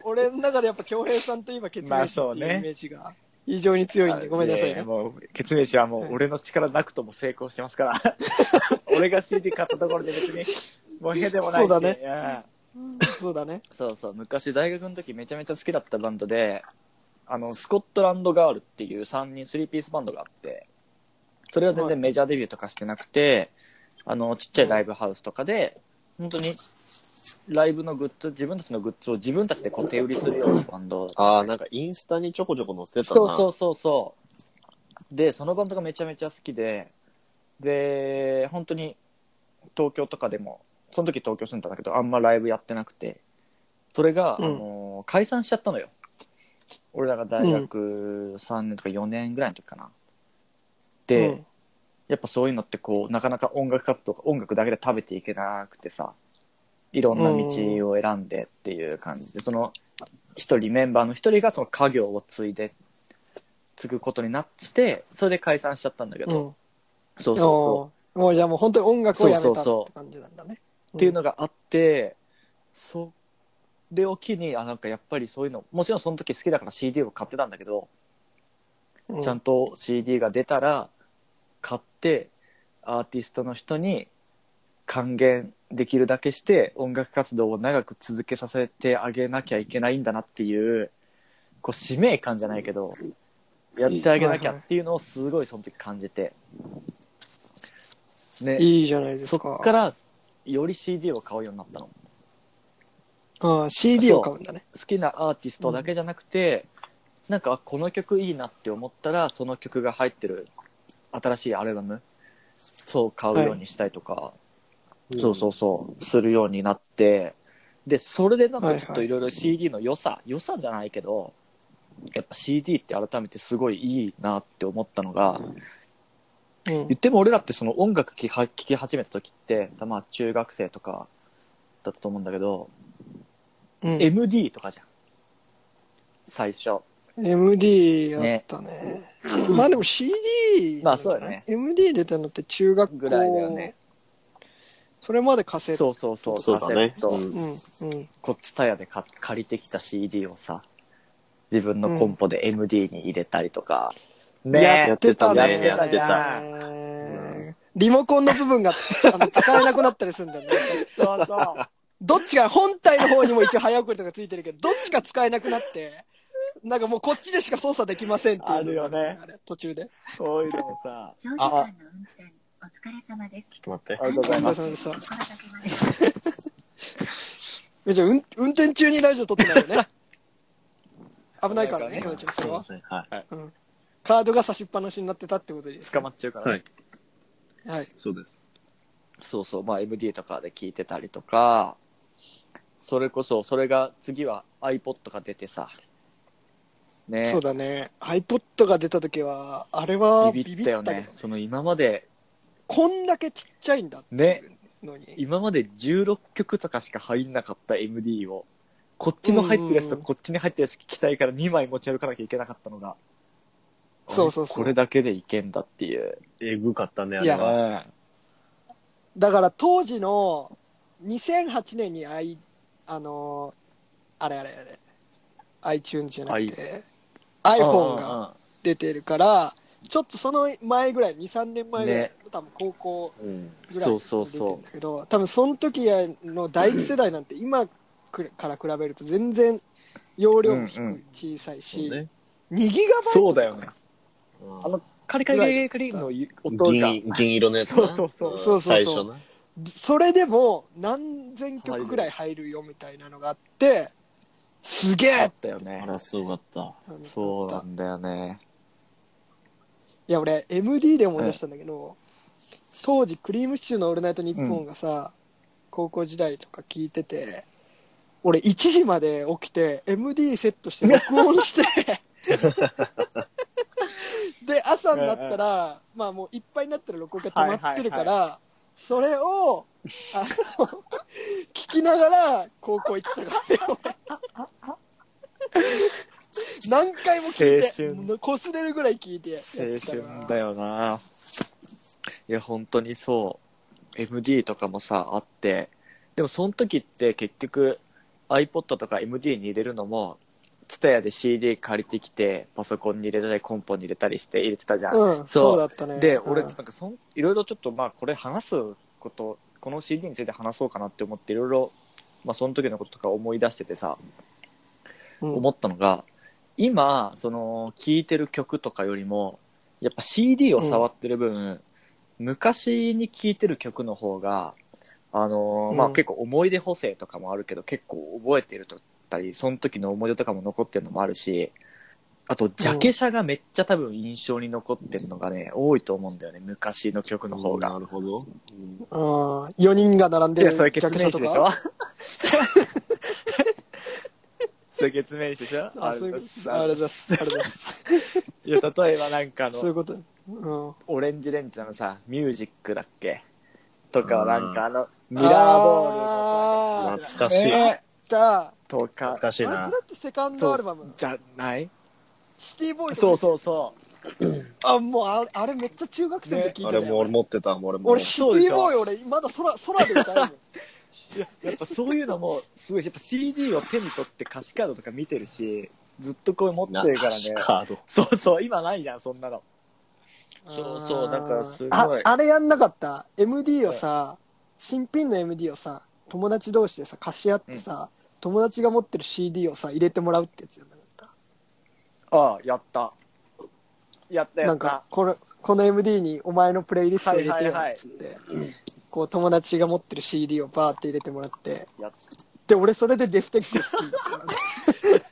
[SPEAKER 2] 俺の中でやっぱ恭平さんといえば血
[SPEAKER 5] ま
[SPEAKER 2] 明
[SPEAKER 5] あ
[SPEAKER 2] 師っ
[SPEAKER 5] そう
[SPEAKER 2] ていう
[SPEAKER 5] ね
[SPEAKER 2] イメージが異常に強いんで、ごめんなさい
[SPEAKER 5] や
[SPEAKER 2] ね。
[SPEAKER 5] やもう、決明氏はもう俺の力なくとも成功してます から。俺が CD 買ったところで別に、もうへでもないし。
[SPEAKER 2] そうだね
[SPEAKER 5] ね。
[SPEAKER 2] そうだね。
[SPEAKER 5] そうそう、昔大学の時めちゃめちゃ好きだったバンドで、あの、スコットランドガールっていう3人、3ピースバンドがあって、それは全然メジャーデビューとかしてなくて、あの、ちっちゃいライブハウスとかで、本当に、ライブのグッズ、自分たちのグッズを自分たちでこう手売りするようなバンド
[SPEAKER 3] ああ、なんかインスタにちょこちょこ載せてたな。
[SPEAKER 5] そうそうそうそうでそのバンドがめちゃめちゃ好きでで本当に東京とかでもその時東京住んでたんだけどあんまライブやってなくてそれが、
[SPEAKER 2] うん
[SPEAKER 5] あの解散しちゃったのよ俺らが大学3年とか4年ぐらいの時かな、で、
[SPEAKER 2] うん
[SPEAKER 5] やっぱそういうのってこうなかなか音楽活動音楽だけで食べていけなくてさいろんな道を選んでっていう感じで、その一人メンバーの一人がその家業を継いで継ぐことになってそれで解散しちゃったんだけ
[SPEAKER 2] う
[SPEAKER 5] ど、
[SPEAKER 2] ん。
[SPEAKER 5] そうそうそう
[SPEAKER 2] おーもうじゃあもう本当に音楽をやめたっ
[SPEAKER 5] そうそうそ
[SPEAKER 2] て感じなんだね。
[SPEAKER 5] っていうのがあって、それを機にあなんかやっぱりそういうのもちろんその時好きだから CD を買ってたんだけど、
[SPEAKER 2] うん、
[SPEAKER 5] ちゃんと CD が出たら買ってアーティストの人に還元できるだけして音楽活動を長く続けさせてあげなきゃいけないんだなっていうこう使命感じゃないけどやってあげなきゃっていうのをすごいその時感じて、ね、
[SPEAKER 2] いいじゃないです
[SPEAKER 5] そ
[SPEAKER 2] か。
[SPEAKER 5] っからより CD を買うようになったの。
[SPEAKER 2] うん CD を買うんだね。
[SPEAKER 5] 好きなアーティストだけじゃなくて、なんかあこの曲いいなって思ったらその曲が入ってる新しいアルバムそう買うようにしたりとか、
[SPEAKER 3] うん
[SPEAKER 5] そうそうそうするようになってでそれでなんかちょっ
[SPEAKER 2] はいは
[SPEAKER 5] と
[SPEAKER 2] い
[SPEAKER 5] いろいろ CD の良さ、良さじゃないけどやっぱ CD って改めてすごいいいなって思ったのが、
[SPEAKER 2] うん
[SPEAKER 5] 言っても俺らってその音楽聴きは聴き始めた時って、まあ中学生とかだったと思うんだけど、
[SPEAKER 2] うん
[SPEAKER 5] MD とかじゃん。最初。
[SPEAKER 2] MD やったね。まあでも CD、
[SPEAKER 5] まあそうだね。
[SPEAKER 2] MD 出たのって中学校
[SPEAKER 5] ぐらいだよね。
[SPEAKER 2] それまでカセット。
[SPEAKER 5] そうそうそう。
[SPEAKER 3] そうだね
[SPEAKER 5] カセット
[SPEAKER 3] うん
[SPEAKER 2] うん。うん。
[SPEAKER 5] こっちタヤでか借りてきた CD をさ、自分のコンポで MD に入れたりとか。
[SPEAKER 2] やってた
[SPEAKER 3] や
[SPEAKER 2] ね。
[SPEAKER 3] ってたやってた
[SPEAKER 2] うんリモコンの部分があの使えなくなったりするんだよね。
[SPEAKER 5] そうそう。
[SPEAKER 2] どっちが、本体の方にも一応早送りとかついてるけど、どっちか使えなくなって、なんかもうこっちでしか操作できませんっていうのが。
[SPEAKER 5] あるよね
[SPEAKER 2] あれ。途中で。
[SPEAKER 5] そういうのもさ、
[SPEAKER 4] 長時間の運転、お疲れ様です。
[SPEAKER 3] と待って
[SPEAKER 5] あ。りがとうございます。
[SPEAKER 2] す。
[SPEAKER 4] 心がけます。
[SPEAKER 2] じゃあ、うん運転中にラジオ撮ってないよね。危ないからね、
[SPEAKER 5] 危ないからね
[SPEAKER 2] ちゃんそれは。
[SPEAKER 3] はい。
[SPEAKER 2] カードが差しっぱなしになってたってことです。
[SPEAKER 5] 捕まっちゃうからね。
[SPEAKER 3] はい
[SPEAKER 2] はい。
[SPEAKER 3] そうです。
[SPEAKER 5] そうそう、まあ MD とかで聞いてたりとか、それこそ、それが次は iPod が出てさ、ね、
[SPEAKER 2] そうだね。iPod が出た時は、あれは
[SPEAKER 5] ビビったよ
[SPEAKER 2] ビ
[SPEAKER 5] ね
[SPEAKER 2] け。ど
[SPEAKER 5] その今まで、
[SPEAKER 2] こんだけちっちゃいんだって
[SPEAKER 5] ね、
[SPEAKER 2] いうのに。
[SPEAKER 5] 今まで16曲とかしか入んなかった MD を、こっちの入ってるやつと
[SPEAKER 2] うん
[SPEAKER 5] こっちに入ってるやつ聞きたいから2枚持ち歩かなきゃいけなかったのが、
[SPEAKER 2] そうそうそう
[SPEAKER 5] あれこれだけでいけんだっていう。
[SPEAKER 3] えぐかったね、あ
[SPEAKER 2] い
[SPEAKER 3] れ
[SPEAKER 2] や
[SPEAKER 3] は。
[SPEAKER 2] だから当時の2008年に i、あのーあれあれあれ、iTunes じゃなくて、iPhone が
[SPEAKER 5] が。
[SPEAKER 2] 出てるから、ちょっとその前ぐらい、2、3年前ぐらい、
[SPEAKER 5] ね
[SPEAKER 2] 多分高校
[SPEAKER 3] うん。
[SPEAKER 2] ぐらい
[SPEAKER 5] そう
[SPEAKER 2] に
[SPEAKER 5] そう
[SPEAKER 2] 出て
[SPEAKER 5] そう
[SPEAKER 2] るんだけど、多分その時の第一世代なんて今くから比べると全然容量も低
[SPEAKER 5] うんう
[SPEAKER 2] く小さい
[SPEAKER 3] そう
[SPEAKER 2] し、
[SPEAKER 3] ね。
[SPEAKER 2] 2ギガバイト
[SPEAKER 5] そうだよね。
[SPEAKER 3] うん
[SPEAKER 5] あの、カリカリカリカリの音が
[SPEAKER 3] 銀、銀色のやつな。
[SPEAKER 5] そうそ
[SPEAKER 2] そうそうそ
[SPEAKER 5] う
[SPEAKER 2] うそう
[SPEAKER 3] 最初な。
[SPEAKER 2] それでも何千曲ぐらい入るよみたいなのがあって、すげ
[SPEAKER 5] あ
[SPEAKER 2] え
[SPEAKER 5] ったよね
[SPEAKER 3] あ。ら、すごかった。
[SPEAKER 5] そう
[SPEAKER 2] だ
[SPEAKER 5] な
[SPEAKER 2] った
[SPEAKER 5] んだよね。
[SPEAKER 2] いや俺 MD で思い出したんだけど、当時「クリームシチューのオールナイトニッポン」がさ、高校時代とか聞いてて俺1時まで起きて MD セットして録音して で朝になったら、まあもういっぱいになったら録音が止まってるから、それをあの聞きながら高校行ってたからね 俺何回も聞
[SPEAKER 5] 青
[SPEAKER 2] いてこすれるぐらい聞いてやって
[SPEAKER 5] 青
[SPEAKER 2] たから
[SPEAKER 5] 春だよな。いや、本当にそう。MD とかもさ、あって。でも、その時って結局、iPod とか MD に入れるのも、TSUTAYA で CD 借りてきて、パソコンに入れたり、コンポに入れたりして入れてたじゃん。
[SPEAKER 2] うん、そうだったね。
[SPEAKER 5] で、
[SPEAKER 2] うん
[SPEAKER 5] 俺、なんかそん、いろいろちょっと、まあ、これ話すこと、この CD について話そうかなって思って、いろいろ、まあ、その時のこととか思い出しててさ、
[SPEAKER 2] うん
[SPEAKER 5] 思ったのが、今、その、聴いてる曲とかよりも、やっぱ CD を触ってる分、昔に聴いてる曲の方が、あのーまあ、
[SPEAKER 2] うん
[SPEAKER 5] 結構思い出補正とかもあるけど、結構覚えてるとったり、その時の思い出とかも残ってるのもあるし、あと、ジャケ写がめっちゃ多分印象に残ってるのがね、多いと思うんだよね、昔の曲の方が。
[SPEAKER 3] なるほど。
[SPEAKER 2] あー4人が並ん
[SPEAKER 5] い
[SPEAKER 2] でる
[SPEAKER 5] や、それ
[SPEAKER 2] ジャ
[SPEAKER 5] 決
[SPEAKER 2] ケッ
[SPEAKER 5] 面
[SPEAKER 2] ト
[SPEAKER 5] 師
[SPEAKER 2] と
[SPEAKER 5] でし
[SPEAKER 2] か
[SPEAKER 5] ょ それ決面師でしょ
[SPEAKER 2] あそういうことありがとうございます。ありがとうございます。
[SPEAKER 5] いや、例えばなんかあ
[SPEAKER 2] そういう
[SPEAKER 5] の、
[SPEAKER 2] こと。うん。
[SPEAKER 5] オレンジレンジのさ、ミュージックだっけとか、なんかあの、ミラー
[SPEAKER 2] あ
[SPEAKER 5] ボールのさ
[SPEAKER 3] 懐かしい。懐
[SPEAKER 5] ね
[SPEAKER 2] だ
[SPEAKER 5] とか、
[SPEAKER 3] かしい
[SPEAKER 2] あれ、そ
[SPEAKER 3] な
[SPEAKER 2] れだ。ってセカン
[SPEAKER 5] そ
[SPEAKER 2] ド
[SPEAKER 5] う
[SPEAKER 2] アルバム。
[SPEAKER 5] じゃない
[SPEAKER 2] シティボーイとか
[SPEAKER 5] そうそうそう。
[SPEAKER 2] あ、もうあれ、あれめっちゃ中学生の時聞い
[SPEAKER 3] あ
[SPEAKER 2] て
[SPEAKER 3] れ
[SPEAKER 2] た
[SPEAKER 3] も
[SPEAKER 2] よ。
[SPEAKER 3] 俺持ってた、俺も。
[SPEAKER 2] 俺、シテ
[SPEAKER 5] そうでし
[SPEAKER 2] ィ
[SPEAKER 5] ょ
[SPEAKER 2] ボーイ、俺、まだ空、空で歌えるもん。
[SPEAKER 5] やっぱそういうのも、すごい、やっぱ CD を手に取って歌詞カードとか見てるし、ずっとこれ持ってるからね。
[SPEAKER 3] カード。
[SPEAKER 5] そうそう、今ないじゃん、そんなの。 そうそう
[SPEAKER 2] あー
[SPEAKER 5] だからすごい
[SPEAKER 2] あ、あれやんなかった。MD をさ、新品の MD をさ、友達同士でさ、貸し合ってさ、友達が持ってる CD をさ、入れてもらうってやつやんなかった。
[SPEAKER 5] ああ、やった。やったやった。
[SPEAKER 2] なんか、この、この MD にお前のプレイリスト入れてよっつって、こう友達が持ってる CD をバーって入れてもらって、
[SPEAKER 5] やっ
[SPEAKER 2] で、俺それでデフテック好きだったからね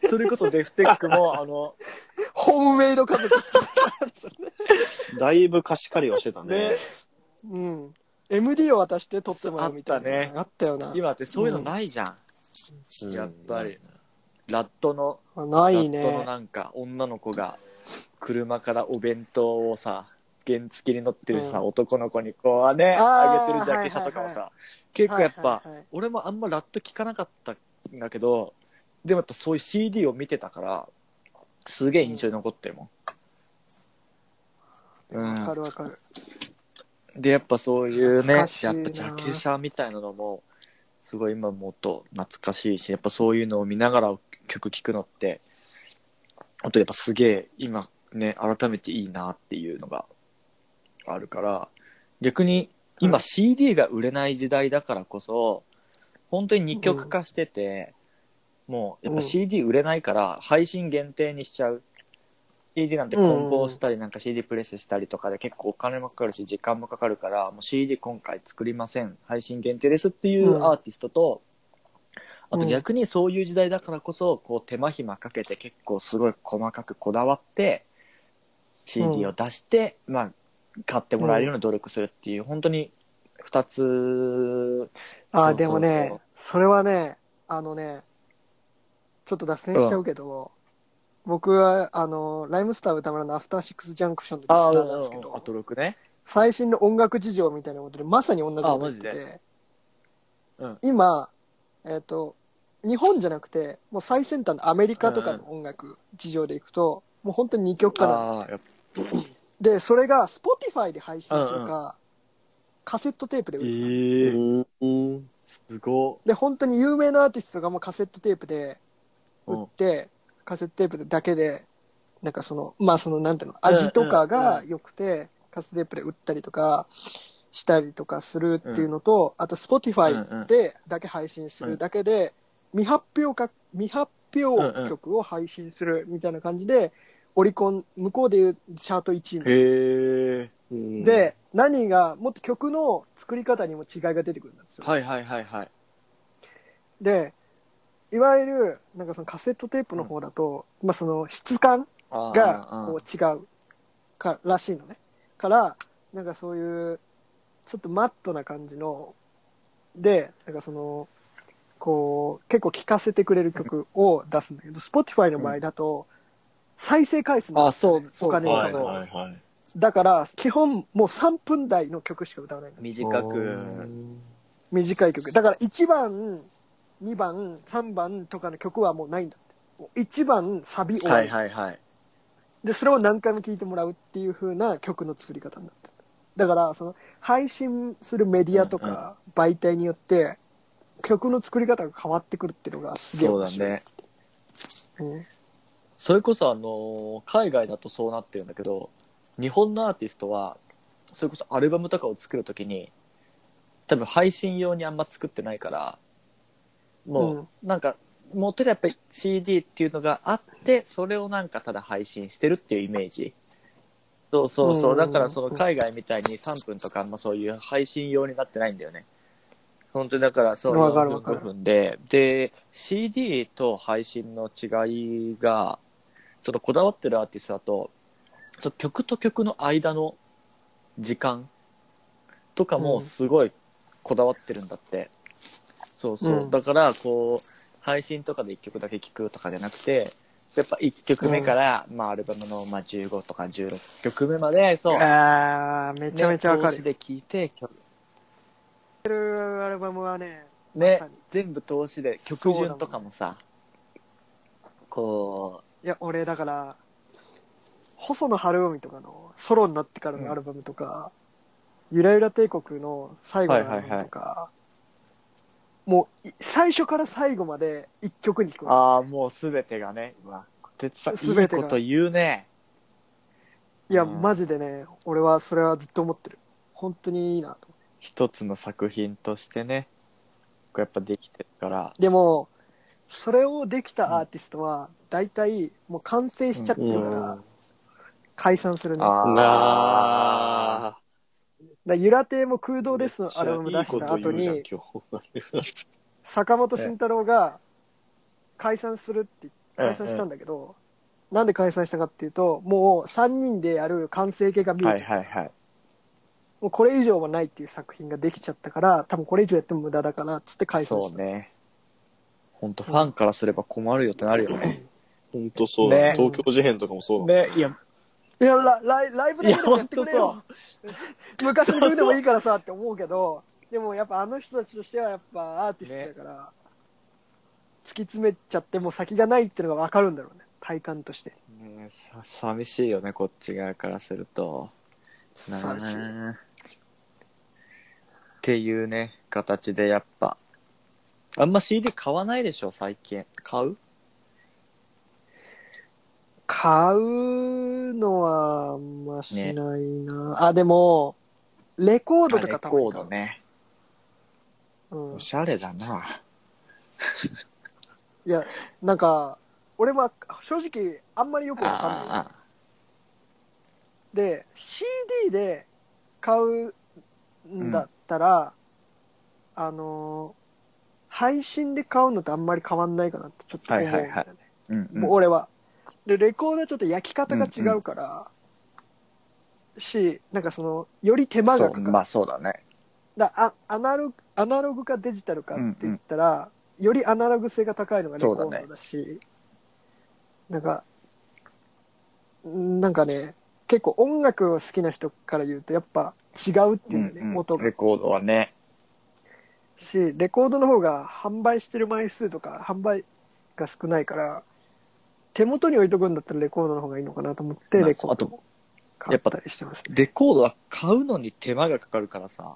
[SPEAKER 5] それこそデフテックも、あ の、
[SPEAKER 2] ホームメイド家族好きだったんですよね
[SPEAKER 3] だいぶ貸し借りをしてたね
[SPEAKER 5] ね。
[SPEAKER 2] うん。MD を渡して撮ってもらうみたいな。
[SPEAKER 5] あったね
[SPEAKER 2] あったよな。
[SPEAKER 5] 今ってそういうのないじゃん。
[SPEAKER 3] うん
[SPEAKER 5] やっぱり。ラットの、
[SPEAKER 2] あない
[SPEAKER 5] ラットの
[SPEAKER 2] ね。
[SPEAKER 5] なんか女の子が車からお弁当をさ原付に乗ってるさ、
[SPEAKER 2] う
[SPEAKER 5] 男の子にこうね
[SPEAKER 2] あー
[SPEAKER 5] あげてるジャケ写とかもさ、
[SPEAKER 2] は
[SPEAKER 5] 結構やっぱ、
[SPEAKER 2] はいはいはい
[SPEAKER 5] 俺もあんまラット聞かなかったんだけどでもやっぱそういう CD を見てたからすげえ印象に残ってるもん、うん
[SPEAKER 2] わかるわかる。
[SPEAKER 5] でやっぱそういう
[SPEAKER 2] 懐
[SPEAKER 5] ね
[SPEAKER 2] か
[SPEAKER 5] やっぱ
[SPEAKER 2] しい
[SPEAKER 5] ジ
[SPEAKER 2] な
[SPEAKER 5] ャケ写みたいなのもすごい今もっと懐かしいしやっぱそういうのを見ながら曲聴くのってあとやっぱすげえ今ね改めていいなっていうのがあるから逆に今 CD が売れない時代だからこそ本当に2極化してて、もうやっ
[SPEAKER 2] う
[SPEAKER 5] ぱ
[SPEAKER 2] ん
[SPEAKER 5] CD 売れないから配信限定にしちゃう CD なんて梱包したりなんか CD プレスしたりとかで結構お金もかかるし時間もかかるからもう CD 今回作りません配信限定ですっていうアーティストと、あ
[SPEAKER 2] う
[SPEAKER 5] と
[SPEAKER 2] ん
[SPEAKER 5] 逆にそういう時代だからこそこう手間暇かけて結構すごい細かくこだわって CD を出して、まあ買ってもらえるような努力するっていう本当に2つ
[SPEAKER 2] あ
[SPEAKER 5] そ
[SPEAKER 2] あ、
[SPEAKER 5] う
[SPEAKER 2] でも
[SPEAKER 5] そう
[SPEAKER 2] ね、それはね、あのね、ちょっと脱線しちゃうけど、僕は、あの、ライムスター歌丸のアフターシックスジャンクションのリスターなんですけ
[SPEAKER 5] アト
[SPEAKER 2] ど、
[SPEAKER 5] ロクね
[SPEAKER 2] 最新の音楽事情みたいなことでまさに同じこと言って
[SPEAKER 5] あマジ
[SPEAKER 2] て、
[SPEAKER 5] うん
[SPEAKER 2] 今、えっ、と、日本じゃなくて、もう最先端のアメリカとかの音楽事情でいくと、もう本当に二極化なの。
[SPEAKER 5] ああやっぱ
[SPEAKER 2] で、それが Spotify で配信するか、カセットテープで売る
[SPEAKER 5] え
[SPEAKER 3] う
[SPEAKER 5] ー、
[SPEAKER 3] ん。
[SPEAKER 5] すご
[SPEAKER 2] で本当に有名なアーティストがもうカセットテープで
[SPEAKER 5] う
[SPEAKER 2] 売
[SPEAKER 5] ん
[SPEAKER 2] って、カセットテープだけでなんかそのまあそのなんていうの味とかが良くて、カセットテープで売ったりとかしたりとかするっていうのと、あと Spotify でだけ配信するだけで、未発表か未発表曲を配信するみたいな感じで、オリコン向こうでいうチャート1位みたいな
[SPEAKER 5] へえ
[SPEAKER 3] うん、
[SPEAKER 2] で何がもっと曲の作り方にも違いが出てくるんですよ。
[SPEAKER 5] はいはいはいはい
[SPEAKER 2] でいわゆるなんかそのカセットテープの方だと、まあ、その質感
[SPEAKER 5] あー
[SPEAKER 2] が
[SPEAKER 5] うん
[SPEAKER 2] こう違うからしいのねからなんかそういうちょっとマットな感じのでなんかそのこう結構聴かせてくれる曲を出すんだけど Spotify の場合だと再生回数なん
[SPEAKER 5] あ
[SPEAKER 2] ですよ
[SPEAKER 5] そ
[SPEAKER 2] ね
[SPEAKER 5] うそう
[SPEAKER 2] お金も
[SPEAKER 5] そ
[SPEAKER 2] か
[SPEAKER 3] はい
[SPEAKER 5] そ
[SPEAKER 2] かる
[SPEAKER 3] はいはい。
[SPEAKER 2] だから基本もう3分台の曲しか歌わないんだ
[SPEAKER 5] 短く
[SPEAKER 2] 短い曲だから1番2番3番とかの曲はもうないんだって1番サビ終わ
[SPEAKER 5] は
[SPEAKER 2] り、
[SPEAKER 5] いはいはい
[SPEAKER 2] でそれを何回も聴いてもらうっていう風な曲の作り方になってるだからその配信するメディアとか媒体によって曲の作り方が変わってくるっていうのがすげえ面白いって言って、
[SPEAKER 5] それこそあのー海外だとそうなってるんだけど日本のアーティストはそれこそアルバムとかを作るときに多分配信用にあんま作ってないからもうなんか元々やっぱり CD っていうのがあってそれをなんかただ配信してるっていうイメージそうそうそううんだからその海外みたいに3分とかあんまそういう配信用になってないんだよね本当にだからそう
[SPEAKER 2] わか
[SPEAKER 5] 4
[SPEAKER 2] る
[SPEAKER 5] 分
[SPEAKER 2] わかる
[SPEAKER 5] 5分でで CD と配信の違いがそのこだわってるアーティストだとその曲と曲の間の時間とか
[SPEAKER 2] う
[SPEAKER 5] も
[SPEAKER 2] ん
[SPEAKER 5] すごいこだわってるんだって、そうそう、
[SPEAKER 2] うん
[SPEAKER 5] だからこう配信とかで1曲だけ聴くとかじゃなくてやっぱ1曲目から、まあ、アルバムの、まあ、15とか16曲目までそう、ね、
[SPEAKER 2] あーめちゃめちゃわか
[SPEAKER 5] 通し
[SPEAKER 2] る
[SPEAKER 5] で聴いて曲
[SPEAKER 2] アルバムはねま
[SPEAKER 5] ね
[SPEAKER 2] さに
[SPEAKER 5] 全部通しで曲順とかもさこ
[SPEAKER 2] いや、俺、だから、細野晴臣とかのソロになってからのアルバムとか、ゆらゆら帝国の最後のアルバムとか、もうい、最初から最後まで一曲に聞
[SPEAKER 5] う
[SPEAKER 2] こ
[SPEAKER 5] ああもう全てがねうわ哲さんい
[SPEAKER 2] 全
[SPEAKER 5] い
[SPEAKER 2] てが
[SPEAKER 5] こと言うね
[SPEAKER 2] える。いや、
[SPEAKER 5] うん
[SPEAKER 2] マジでね、俺はそれはずっと思ってる。本当にいいなと。
[SPEAKER 5] 一つの作品としてねこうやっぱできてるから
[SPEAKER 2] でも、それをできたアーティストは、大体、もう完成しちゃってるから、解散するね。だか
[SPEAKER 5] ああ
[SPEAKER 3] なあ。
[SPEAKER 2] らゆら亭も空洞ですのアルバム出した後に、
[SPEAKER 3] いいこと言うじゃん今日
[SPEAKER 2] 坂本慎太郎が解散するって解散したんだけど、なんで解散したかっていうともう3人でやる完成形が見えて
[SPEAKER 5] は
[SPEAKER 2] る
[SPEAKER 5] いはいはい
[SPEAKER 2] もうこれ以上はないっていう作品ができちゃったから多分これ以上やっても無駄だからっつって解散
[SPEAKER 5] そ
[SPEAKER 2] し
[SPEAKER 5] う
[SPEAKER 2] た、
[SPEAKER 5] ね本当ファンからすれば困るよってなるよね。
[SPEAKER 3] 本当そうだね、
[SPEAKER 5] ね
[SPEAKER 3] 東京事変とかもそうだもん
[SPEAKER 5] ね、いや、
[SPEAKER 2] いやラライライブでもやってくれ
[SPEAKER 5] いやほ
[SPEAKER 2] よ昔の曲でもいいからさって思うけどでもやっぱあの人たちとしてはやっぱアーティストだから、突き詰めちゃってもう先がないっていうのが分かるんだろうね体感として
[SPEAKER 5] ねさ寂しいよね、こっち側からすると。なあ
[SPEAKER 2] 寂しい
[SPEAKER 5] っていうね、形でやっぱ。あんま CD 買わないでしょ、最近。買う
[SPEAKER 2] 買うのはあんましないな、あでもレコードとか
[SPEAKER 5] レ
[SPEAKER 2] たま
[SPEAKER 5] コ
[SPEAKER 2] に
[SPEAKER 5] ー
[SPEAKER 2] 買う
[SPEAKER 5] ドね。
[SPEAKER 2] うん
[SPEAKER 5] お、しゃれだな。
[SPEAKER 2] いやなんか俺も正直あんまりよく分かんない
[SPEAKER 5] ああ
[SPEAKER 2] で CD で買うんだったら、あのー配信で買うのとあんまり変わんないかなってちょっと思うんだよね、
[SPEAKER 5] はいはいうんうん
[SPEAKER 2] もう俺はでレコードはちょっと焼き方が違うから、しなんかそのより手間
[SPEAKER 5] そ
[SPEAKER 2] がかか
[SPEAKER 5] う、
[SPEAKER 2] る、
[SPEAKER 5] まあそうだね。
[SPEAKER 2] だあアナログアナログかデジタルかって言ったら、よりアナログ性が高いのがレコ
[SPEAKER 5] そうだ
[SPEAKER 2] ー
[SPEAKER 5] ね
[SPEAKER 2] ドだしなんかんなんかね結構音楽を好きな人から言うとやっぱ違うっていうんだよね、
[SPEAKER 5] うんうん
[SPEAKER 2] 音が
[SPEAKER 5] レコードはね。
[SPEAKER 2] しレコードの方が販売してる枚数とか販売が少ないから手元に置いとくんだったらレコードの方がいいのかなと思って
[SPEAKER 5] まあ
[SPEAKER 2] レコード
[SPEAKER 5] そうあ
[SPEAKER 2] を買ったりしてますね
[SPEAKER 5] レコードは買うのに手間がかかるからさ。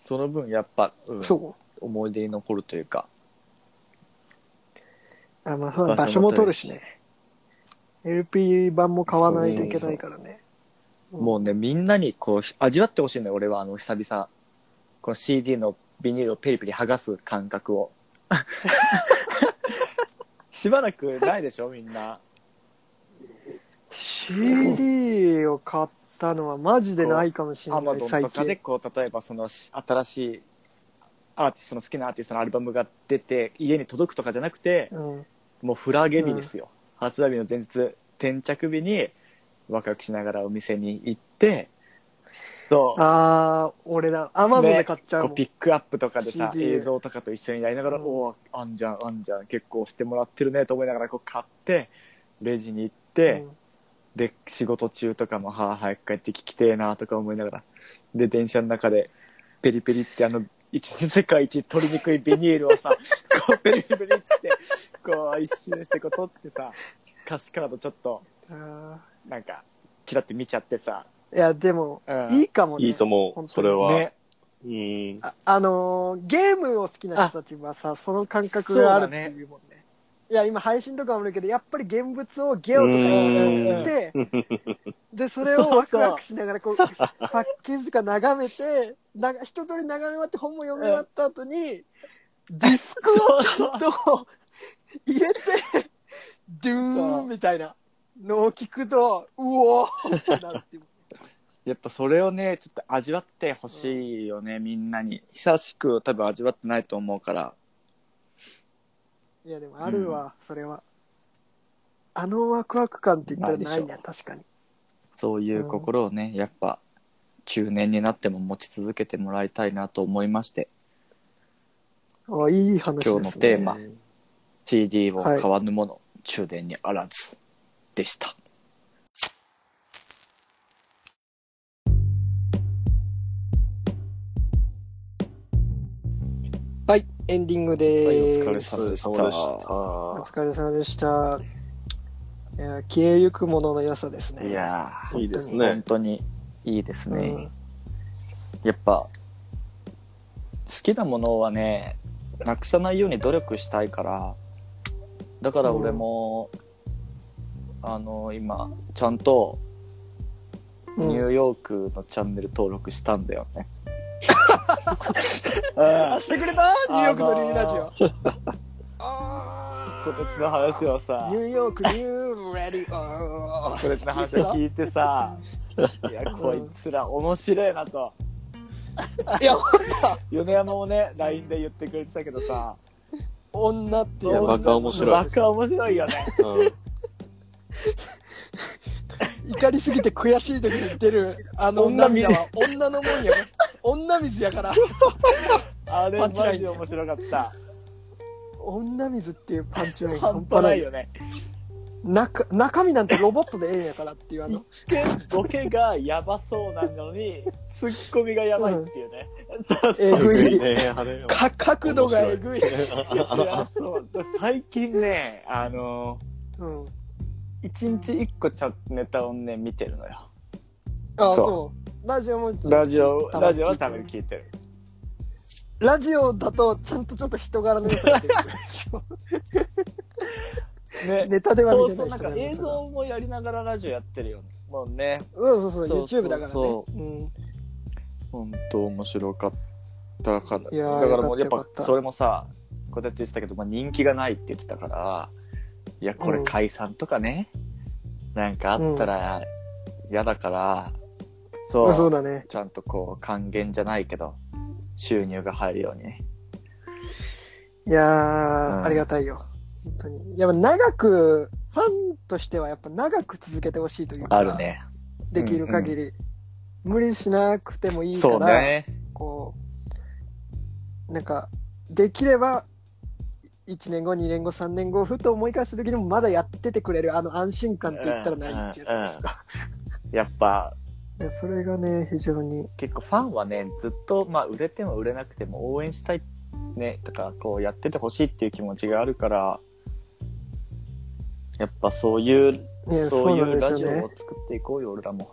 [SPEAKER 5] その分やっぱ、うん
[SPEAKER 2] そ
[SPEAKER 5] 思い出に残るというか。
[SPEAKER 2] うあ、ま
[SPEAKER 5] 場所
[SPEAKER 2] あ、
[SPEAKER 5] も
[SPEAKER 2] 場所も取るしね LP 版も買わないといけないからね
[SPEAKER 5] もうね、みんなにこう、味わってほしいのよ、俺は、あの、久々。この CD のビニールをペリペリ剥がす感覚 を。しばらくないでしょ、みんな。
[SPEAKER 2] CD を買ったのはマジでないかもしれ
[SPEAKER 5] ア
[SPEAKER 2] な
[SPEAKER 5] マ
[SPEAKER 2] い
[SPEAKER 5] ゾン
[SPEAKER 2] 最
[SPEAKER 5] とかで、
[SPEAKER 2] 近
[SPEAKER 5] こう、例えば、その、新しいアーティストの好きなアーティストのアルバムが出て、家に届くとかじゃなくて、
[SPEAKER 2] うん
[SPEAKER 5] もうフラゲ日ですよ。発売日の前日、転着日に、ワクワクしながらお店に行って、そう、
[SPEAKER 2] ああ俺だアマゾンで買っちゃう
[SPEAKER 5] こ
[SPEAKER 2] もん、
[SPEAKER 5] うピックアップとかでさ
[SPEAKER 2] CD
[SPEAKER 5] 映像とかと一緒にやりながら、
[SPEAKER 2] うん
[SPEAKER 5] おおあんじゃんあんじゃん結構してもらってるねと思いながらこう買ってレジに行って、
[SPEAKER 2] うん
[SPEAKER 5] で仕事中とかもはあ早く帰ってきてえなとか思いながらで電車の中でペリペリってあの一世界一取りにくいビニール をさこうペリペリペリってこう一周してこう取ってさ歌詞カードちょっと
[SPEAKER 2] あ
[SPEAKER 5] なんかキラって見ちゃってさ、
[SPEAKER 2] ーいやでも、
[SPEAKER 5] うん
[SPEAKER 2] いいかもね
[SPEAKER 3] いいと
[SPEAKER 2] 本
[SPEAKER 3] 思う、
[SPEAKER 2] 当に
[SPEAKER 3] それは。
[SPEAKER 5] ね
[SPEAKER 3] うん。
[SPEAKER 2] ああのーゲームを好きな人たちはさその感覚があるっていうもんねいや今配信とかもあるけどやっぱり現物をゲオとかやってでそれをワクワクしながらこうパッケージとか眺めてなが一通り眺め終わって本も読み終わった後にディスクをちゃんと入れてドゥーンみたいなのを聞くとうおーってなるっていう
[SPEAKER 5] やっぱそれをね、ちょっと味わってほしいよね、みんなに。久しく多分味わってないと思うから。
[SPEAKER 2] いやでもあるわ、それはあのワクワク感って言ったらない
[SPEAKER 5] な
[SPEAKER 2] ね確かに
[SPEAKER 5] そういう心をね、やっぱ、中年になっても持ち続けてもらいたいなと思いまして、
[SPEAKER 2] あいい話です、ね、
[SPEAKER 5] 今日のテーマ CD を
[SPEAKER 2] はい
[SPEAKER 5] 買わぬもの、中年にあらずでした。
[SPEAKER 2] はいエンディング
[SPEAKER 3] はい、お
[SPEAKER 2] で
[SPEAKER 3] 疲れ様
[SPEAKER 2] ー、
[SPEAKER 3] ですした。
[SPEAKER 2] お疲れ様でしたいや消えゆくものの良さですね
[SPEAKER 5] いやー、
[SPEAKER 3] いいです
[SPEAKER 5] 本
[SPEAKER 3] ね。
[SPEAKER 5] 当にいいです
[SPEAKER 2] う
[SPEAKER 5] ね。
[SPEAKER 2] ん、
[SPEAKER 5] やっぱ、好きなものはね、なくさないように努力したいから、だから俺も、あの、今、ちゃんと、
[SPEAKER 2] うん
[SPEAKER 5] ニューヨークのチャンネル登録したんだよね。
[SPEAKER 2] あ
[SPEAKER 5] あ
[SPEAKER 2] してくれたニューヨークのリーラジオ
[SPEAKER 5] あ
[SPEAKER 2] あ
[SPEAKER 5] こてつの話をさ
[SPEAKER 2] ーニュ、ーヨークニューラジオ
[SPEAKER 5] こてつの話を聞いてさ、いや、こいつら面白いなと。
[SPEAKER 2] いやほんと
[SPEAKER 5] 米山もね、LINE で言ってくれてたけどさ、
[SPEAKER 2] 女って
[SPEAKER 3] いやバカ面白い
[SPEAKER 5] バカ面白いよね。
[SPEAKER 3] うん
[SPEAKER 2] 怒りすぎて悔しい時に出るあの
[SPEAKER 5] 女水
[SPEAKER 2] 涙は女のもんやね女水やから
[SPEAKER 5] あれ
[SPEAKER 2] パ
[SPEAKER 5] マ
[SPEAKER 2] ンチライン
[SPEAKER 5] ジ面白かった。
[SPEAKER 2] 女水っていうパンチラインが
[SPEAKER 5] 半端ないよ
[SPEAKER 2] ね
[SPEAKER 5] ね。
[SPEAKER 2] 中中身なんてロボットでええんやからっていうあの、
[SPEAKER 5] ボケがやばそうなのに、ツッコミがやばいっていうね。そう
[SPEAKER 2] え
[SPEAKER 5] そう。
[SPEAKER 2] ぐい
[SPEAKER 3] ね、あれは
[SPEAKER 2] か角度がえぐい、
[SPEAKER 5] いやそう最近ね、あの、
[SPEAKER 2] うん、
[SPEAKER 5] 一日一個ちゃんネタをね、見てるのよ。
[SPEAKER 2] ああ
[SPEAKER 5] そう
[SPEAKER 2] そうラジオも
[SPEAKER 5] ラジオ、
[SPEAKER 2] たま
[SPEAKER 5] ラ
[SPEAKER 2] に聞いてる
[SPEAKER 5] ジオは多分聞いてる。
[SPEAKER 2] ラジオだとちゃんとちょっと人柄の良さが 出てくるでしょ
[SPEAKER 5] ね。
[SPEAKER 2] ネタでは見
[SPEAKER 5] そう
[SPEAKER 2] て
[SPEAKER 5] そ
[SPEAKER 2] な
[SPEAKER 5] う、
[SPEAKER 2] い
[SPEAKER 5] な
[SPEAKER 2] 人
[SPEAKER 5] ん
[SPEAKER 2] 柄
[SPEAKER 5] か
[SPEAKER 2] の
[SPEAKER 5] 映
[SPEAKER 2] 良さが
[SPEAKER 5] 像もやりながらラジオやってるよね。もうね、
[SPEAKER 2] そうそうそう
[SPEAKER 5] そう
[SPEAKER 2] YouTube だからね
[SPEAKER 5] そう
[SPEAKER 2] うん
[SPEAKER 5] 本当面白かったから。
[SPEAKER 2] いやー
[SPEAKER 5] だからもう
[SPEAKER 2] よかった
[SPEAKER 5] やっ
[SPEAKER 2] よ
[SPEAKER 5] ぱ
[SPEAKER 2] かった
[SPEAKER 5] それもさ、こうやって言ってたけど、まあ、人気がないって言ってたから、いや、これ解散とかね、なんかあったら嫌だから、そう、
[SPEAKER 2] まあそうだね
[SPEAKER 5] ちゃんとこう還元じゃないけど、収入が入るようにね。
[SPEAKER 2] いやー、
[SPEAKER 5] うん
[SPEAKER 2] ありがたいよ本当にやっぱ長くファンとしてはやっぱ長く続けてほしいというか
[SPEAKER 5] あるね。
[SPEAKER 2] できる限り、無理しなくてもいいか
[SPEAKER 5] そう
[SPEAKER 2] ら、
[SPEAKER 5] ね。
[SPEAKER 2] こうなんかできれば1年後2年後3年後ふと思い返した時にもまだやっててくれるあの安心感って言ったらないじゃないですか、
[SPEAKER 5] やっぱ、
[SPEAKER 2] いやそれがね非常に
[SPEAKER 5] 結構ファンはね、ずっと、まあ、売れても売れなくても応援したい、ね、とか、こう、やっててほしいっていう気持ちがあるから、やっぱそういう、
[SPEAKER 2] いや
[SPEAKER 5] そ
[SPEAKER 2] そうう
[SPEAKER 5] い
[SPEAKER 2] なん
[SPEAKER 5] う
[SPEAKER 2] です
[SPEAKER 5] ラ
[SPEAKER 2] よ
[SPEAKER 5] ジ
[SPEAKER 2] ね
[SPEAKER 5] オを作っていこうよ、俺らも。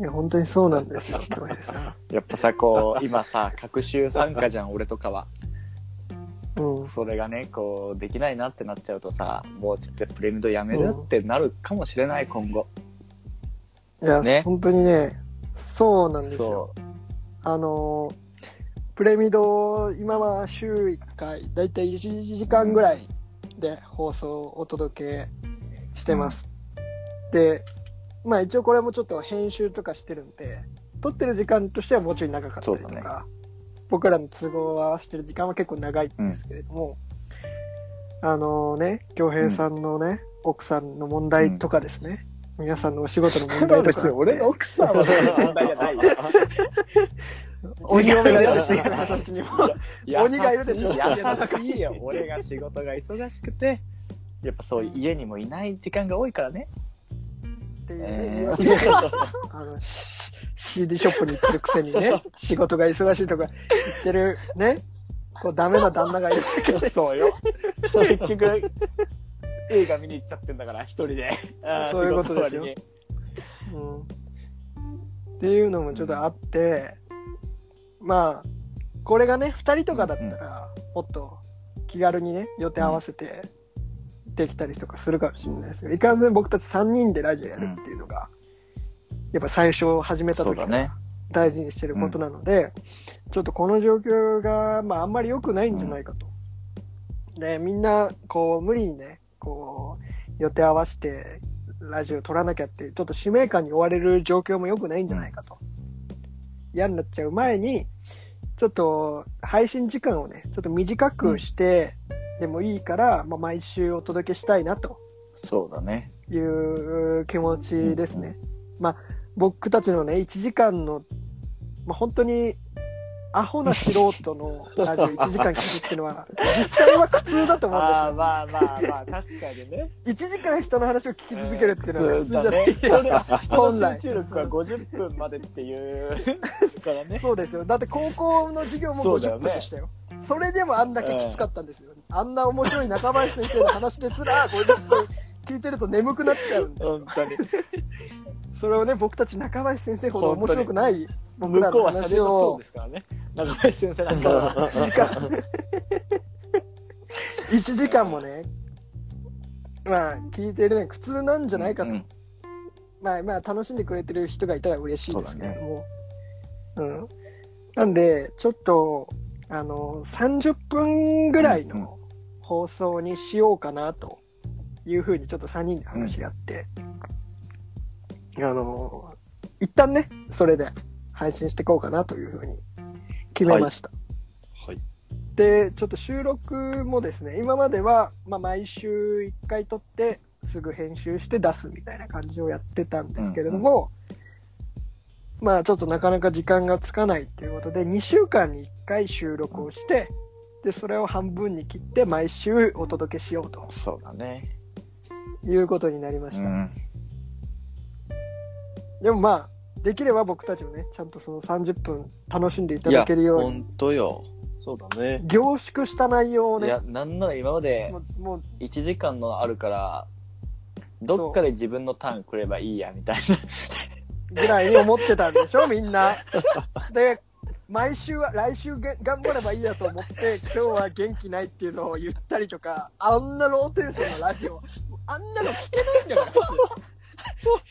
[SPEAKER 2] いや本当にそうなんですよ京平さ
[SPEAKER 5] やっぱさ、こ う、今さ、各週参加じゃん、俺とかは。
[SPEAKER 2] ん、うん、
[SPEAKER 5] それがね、こう、できないなってなっちゃうとさ、もうちょっとプレミドやめるってなるかもしれない、今後。
[SPEAKER 2] いや、
[SPEAKER 5] ね
[SPEAKER 2] 本当にねそうなんですよ
[SPEAKER 5] そう。
[SPEAKER 2] あのープレミド今は週1回だいたい1時間ぐらいで放送をお届けしてます、でまあ一応これもちょっと編集とかしてるんで撮ってる時間としてはもうちょい長かったりと
[SPEAKER 5] そう
[SPEAKER 2] か、僕らの都合を合わせてる時間は結構長いんですけれども、あのね恭平さんのね、奥さんの問題とかですね、皆さんのお仕事の 問題と
[SPEAKER 5] 別に
[SPEAKER 2] か
[SPEAKER 5] 俺の奥さんは問題じゃないよ。
[SPEAKER 2] 鬼嫁がやるし
[SPEAKER 5] 違う
[SPEAKER 2] 皆さんちにも鬼がいるでしょ
[SPEAKER 5] 優しいよ 俺が仕事が忙しくてやっぱそう家にもいない時間が多いから ね
[SPEAKER 2] っていうね、
[SPEAKER 5] えー
[SPEAKER 2] 言い訳をあのし CD ショップに行ってるくせにね仕事が忙しいとか言ってるねこうダメな旦那がいるわ けで
[SPEAKER 5] そうよ結局映画見に行っちゃってんだから一人であー
[SPEAKER 2] そういうことですよ
[SPEAKER 5] 仕事終わりに
[SPEAKER 2] うんっていうのもちょっとあって、まあこれがね2人とかだったらもっと気軽にね予定合わせてできたりとかするかもしれないですけどいかんせん僕たち3人でラジオやるっていうのが、やっぱ最初始めた
[SPEAKER 5] そう
[SPEAKER 2] 時
[SPEAKER 5] だ
[SPEAKER 2] から
[SPEAKER 5] ね
[SPEAKER 2] 大事にしてることなので、ちょっとこの状況が、まあ、あんまり良くないんじゃないかと。で、みんな、こう、無理にね、こう、予定合わせて、ラジオ撮らなきゃって、ちょっと使命感に追われる状況も良くないんじゃないかと。嫌になっちゃう前に、ちょっと、配信時間をね、ちょっと短くして、でもいいから、まあ、毎週お届けしたいなと。
[SPEAKER 5] そうだね
[SPEAKER 2] いう気持ちですね。まあ僕たちのね1時間の、まあ、本当にアホな素人のラジオ1時間聞くっていうのは実際は苦痛だと思うんです
[SPEAKER 5] あ
[SPEAKER 2] よ。
[SPEAKER 5] あまあまあまあ確かにね
[SPEAKER 2] 1時間人の話を聞き続けるっていうのは苦痛じゃない、
[SPEAKER 5] 本
[SPEAKER 2] 本
[SPEAKER 5] 来
[SPEAKER 2] 来
[SPEAKER 5] 集中力は50分までっていうから ね
[SPEAKER 2] そうですよだって高校の授業も
[SPEAKER 5] そうだよ
[SPEAKER 2] 50
[SPEAKER 5] ね
[SPEAKER 2] 分でしたよそれでもあんだけきつかったんですよ、あんな面白い中林先生の話ですら50分聞いてると眠くなっちゃうんですよ
[SPEAKER 5] 本当に
[SPEAKER 2] それをね僕たち中林先生ほど面白くない僕
[SPEAKER 5] 向
[SPEAKER 2] ら
[SPEAKER 5] こう
[SPEAKER 2] の
[SPEAKER 5] は喋
[SPEAKER 2] 話
[SPEAKER 5] るこ
[SPEAKER 2] を
[SPEAKER 5] とですからね中林先生なんかは
[SPEAKER 2] 1時間1時間もねまあ聞いてるね苦痛なんじゃないかと、
[SPEAKER 5] うん
[SPEAKER 2] まあまあ楽しんでくれてる人がいたら嬉しいですけれどもう,、んなんでちょっとあの30分ぐらいの放送にしようかなというふうにちょっと3人で話し合って、あの一旦ねそれで配信していこうかなというふうに決めました、
[SPEAKER 3] はい。
[SPEAKER 2] でちょっと収録もですね今までは、まあ、毎週1回撮ってすぐ編集して出すみたいな感じをやってたんですけれども、まあちょっとなかなか時間がつかないっていうことで2週間に1回収録をして、でそれを半分に切って毎週お届けしようと
[SPEAKER 5] そうだね。
[SPEAKER 2] いうことになりま
[SPEAKER 5] う
[SPEAKER 2] した、
[SPEAKER 5] ん。
[SPEAKER 2] でもまあできれば僕たちもねちゃんとその30分楽しんでいた
[SPEAKER 5] い
[SPEAKER 2] だ
[SPEAKER 5] や、
[SPEAKER 2] けるよ
[SPEAKER 5] ほ
[SPEAKER 2] うに
[SPEAKER 5] んとよ。
[SPEAKER 3] そうだね。
[SPEAKER 2] 凝縮した内容を
[SPEAKER 5] い
[SPEAKER 2] ね
[SPEAKER 5] や、なんなら今まで
[SPEAKER 2] もうもう
[SPEAKER 5] 1時間のあるから、どっかで自分のターン来ればいいや、みたいな。
[SPEAKER 2] ぐらいに思ってたんでしょみんなで毎週は来週げ頑張ればいいやと思って今日は元気ないっていうのを言ったりとかあんなローテンションのラジオあんなの聞けないんだから普通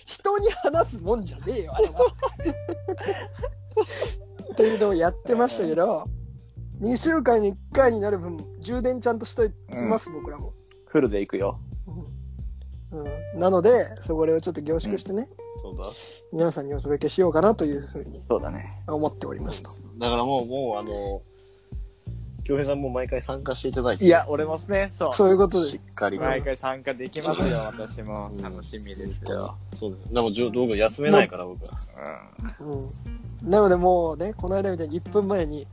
[SPEAKER 2] 人に話すもんじゃねえよあれはっていうのをやってましたけど2週間に1回になる分充電ちゃんとしています、僕らも
[SPEAKER 5] フルで行くよ。
[SPEAKER 2] うん、うんなのでそこをちょっと凝縮してね、
[SPEAKER 3] そうだ。
[SPEAKER 2] 皆さんにお届けしようかなというふうに
[SPEAKER 5] そうだね。
[SPEAKER 2] 思っておりますと。
[SPEAKER 3] だからもう、もう、あの、京平さんも毎回参加していただいて。
[SPEAKER 5] いや、俺もね、そう。
[SPEAKER 2] そういうことで
[SPEAKER 3] し
[SPEAKER 2] す。
[SPEAKER 3] っかりと。
[SPEAKER 5] 毎回参加できますよ、私も
[SPEAKER 3] う。ん
[SPEAKER 5] 楽しみですよ。。
[SPEAKER 3] そうです。でも、じょ僕休めないから、僕は。
[SPEAKER 5] うん。
[SPEAKER 2] うん、なのでもうね、この間みたいに1分前に、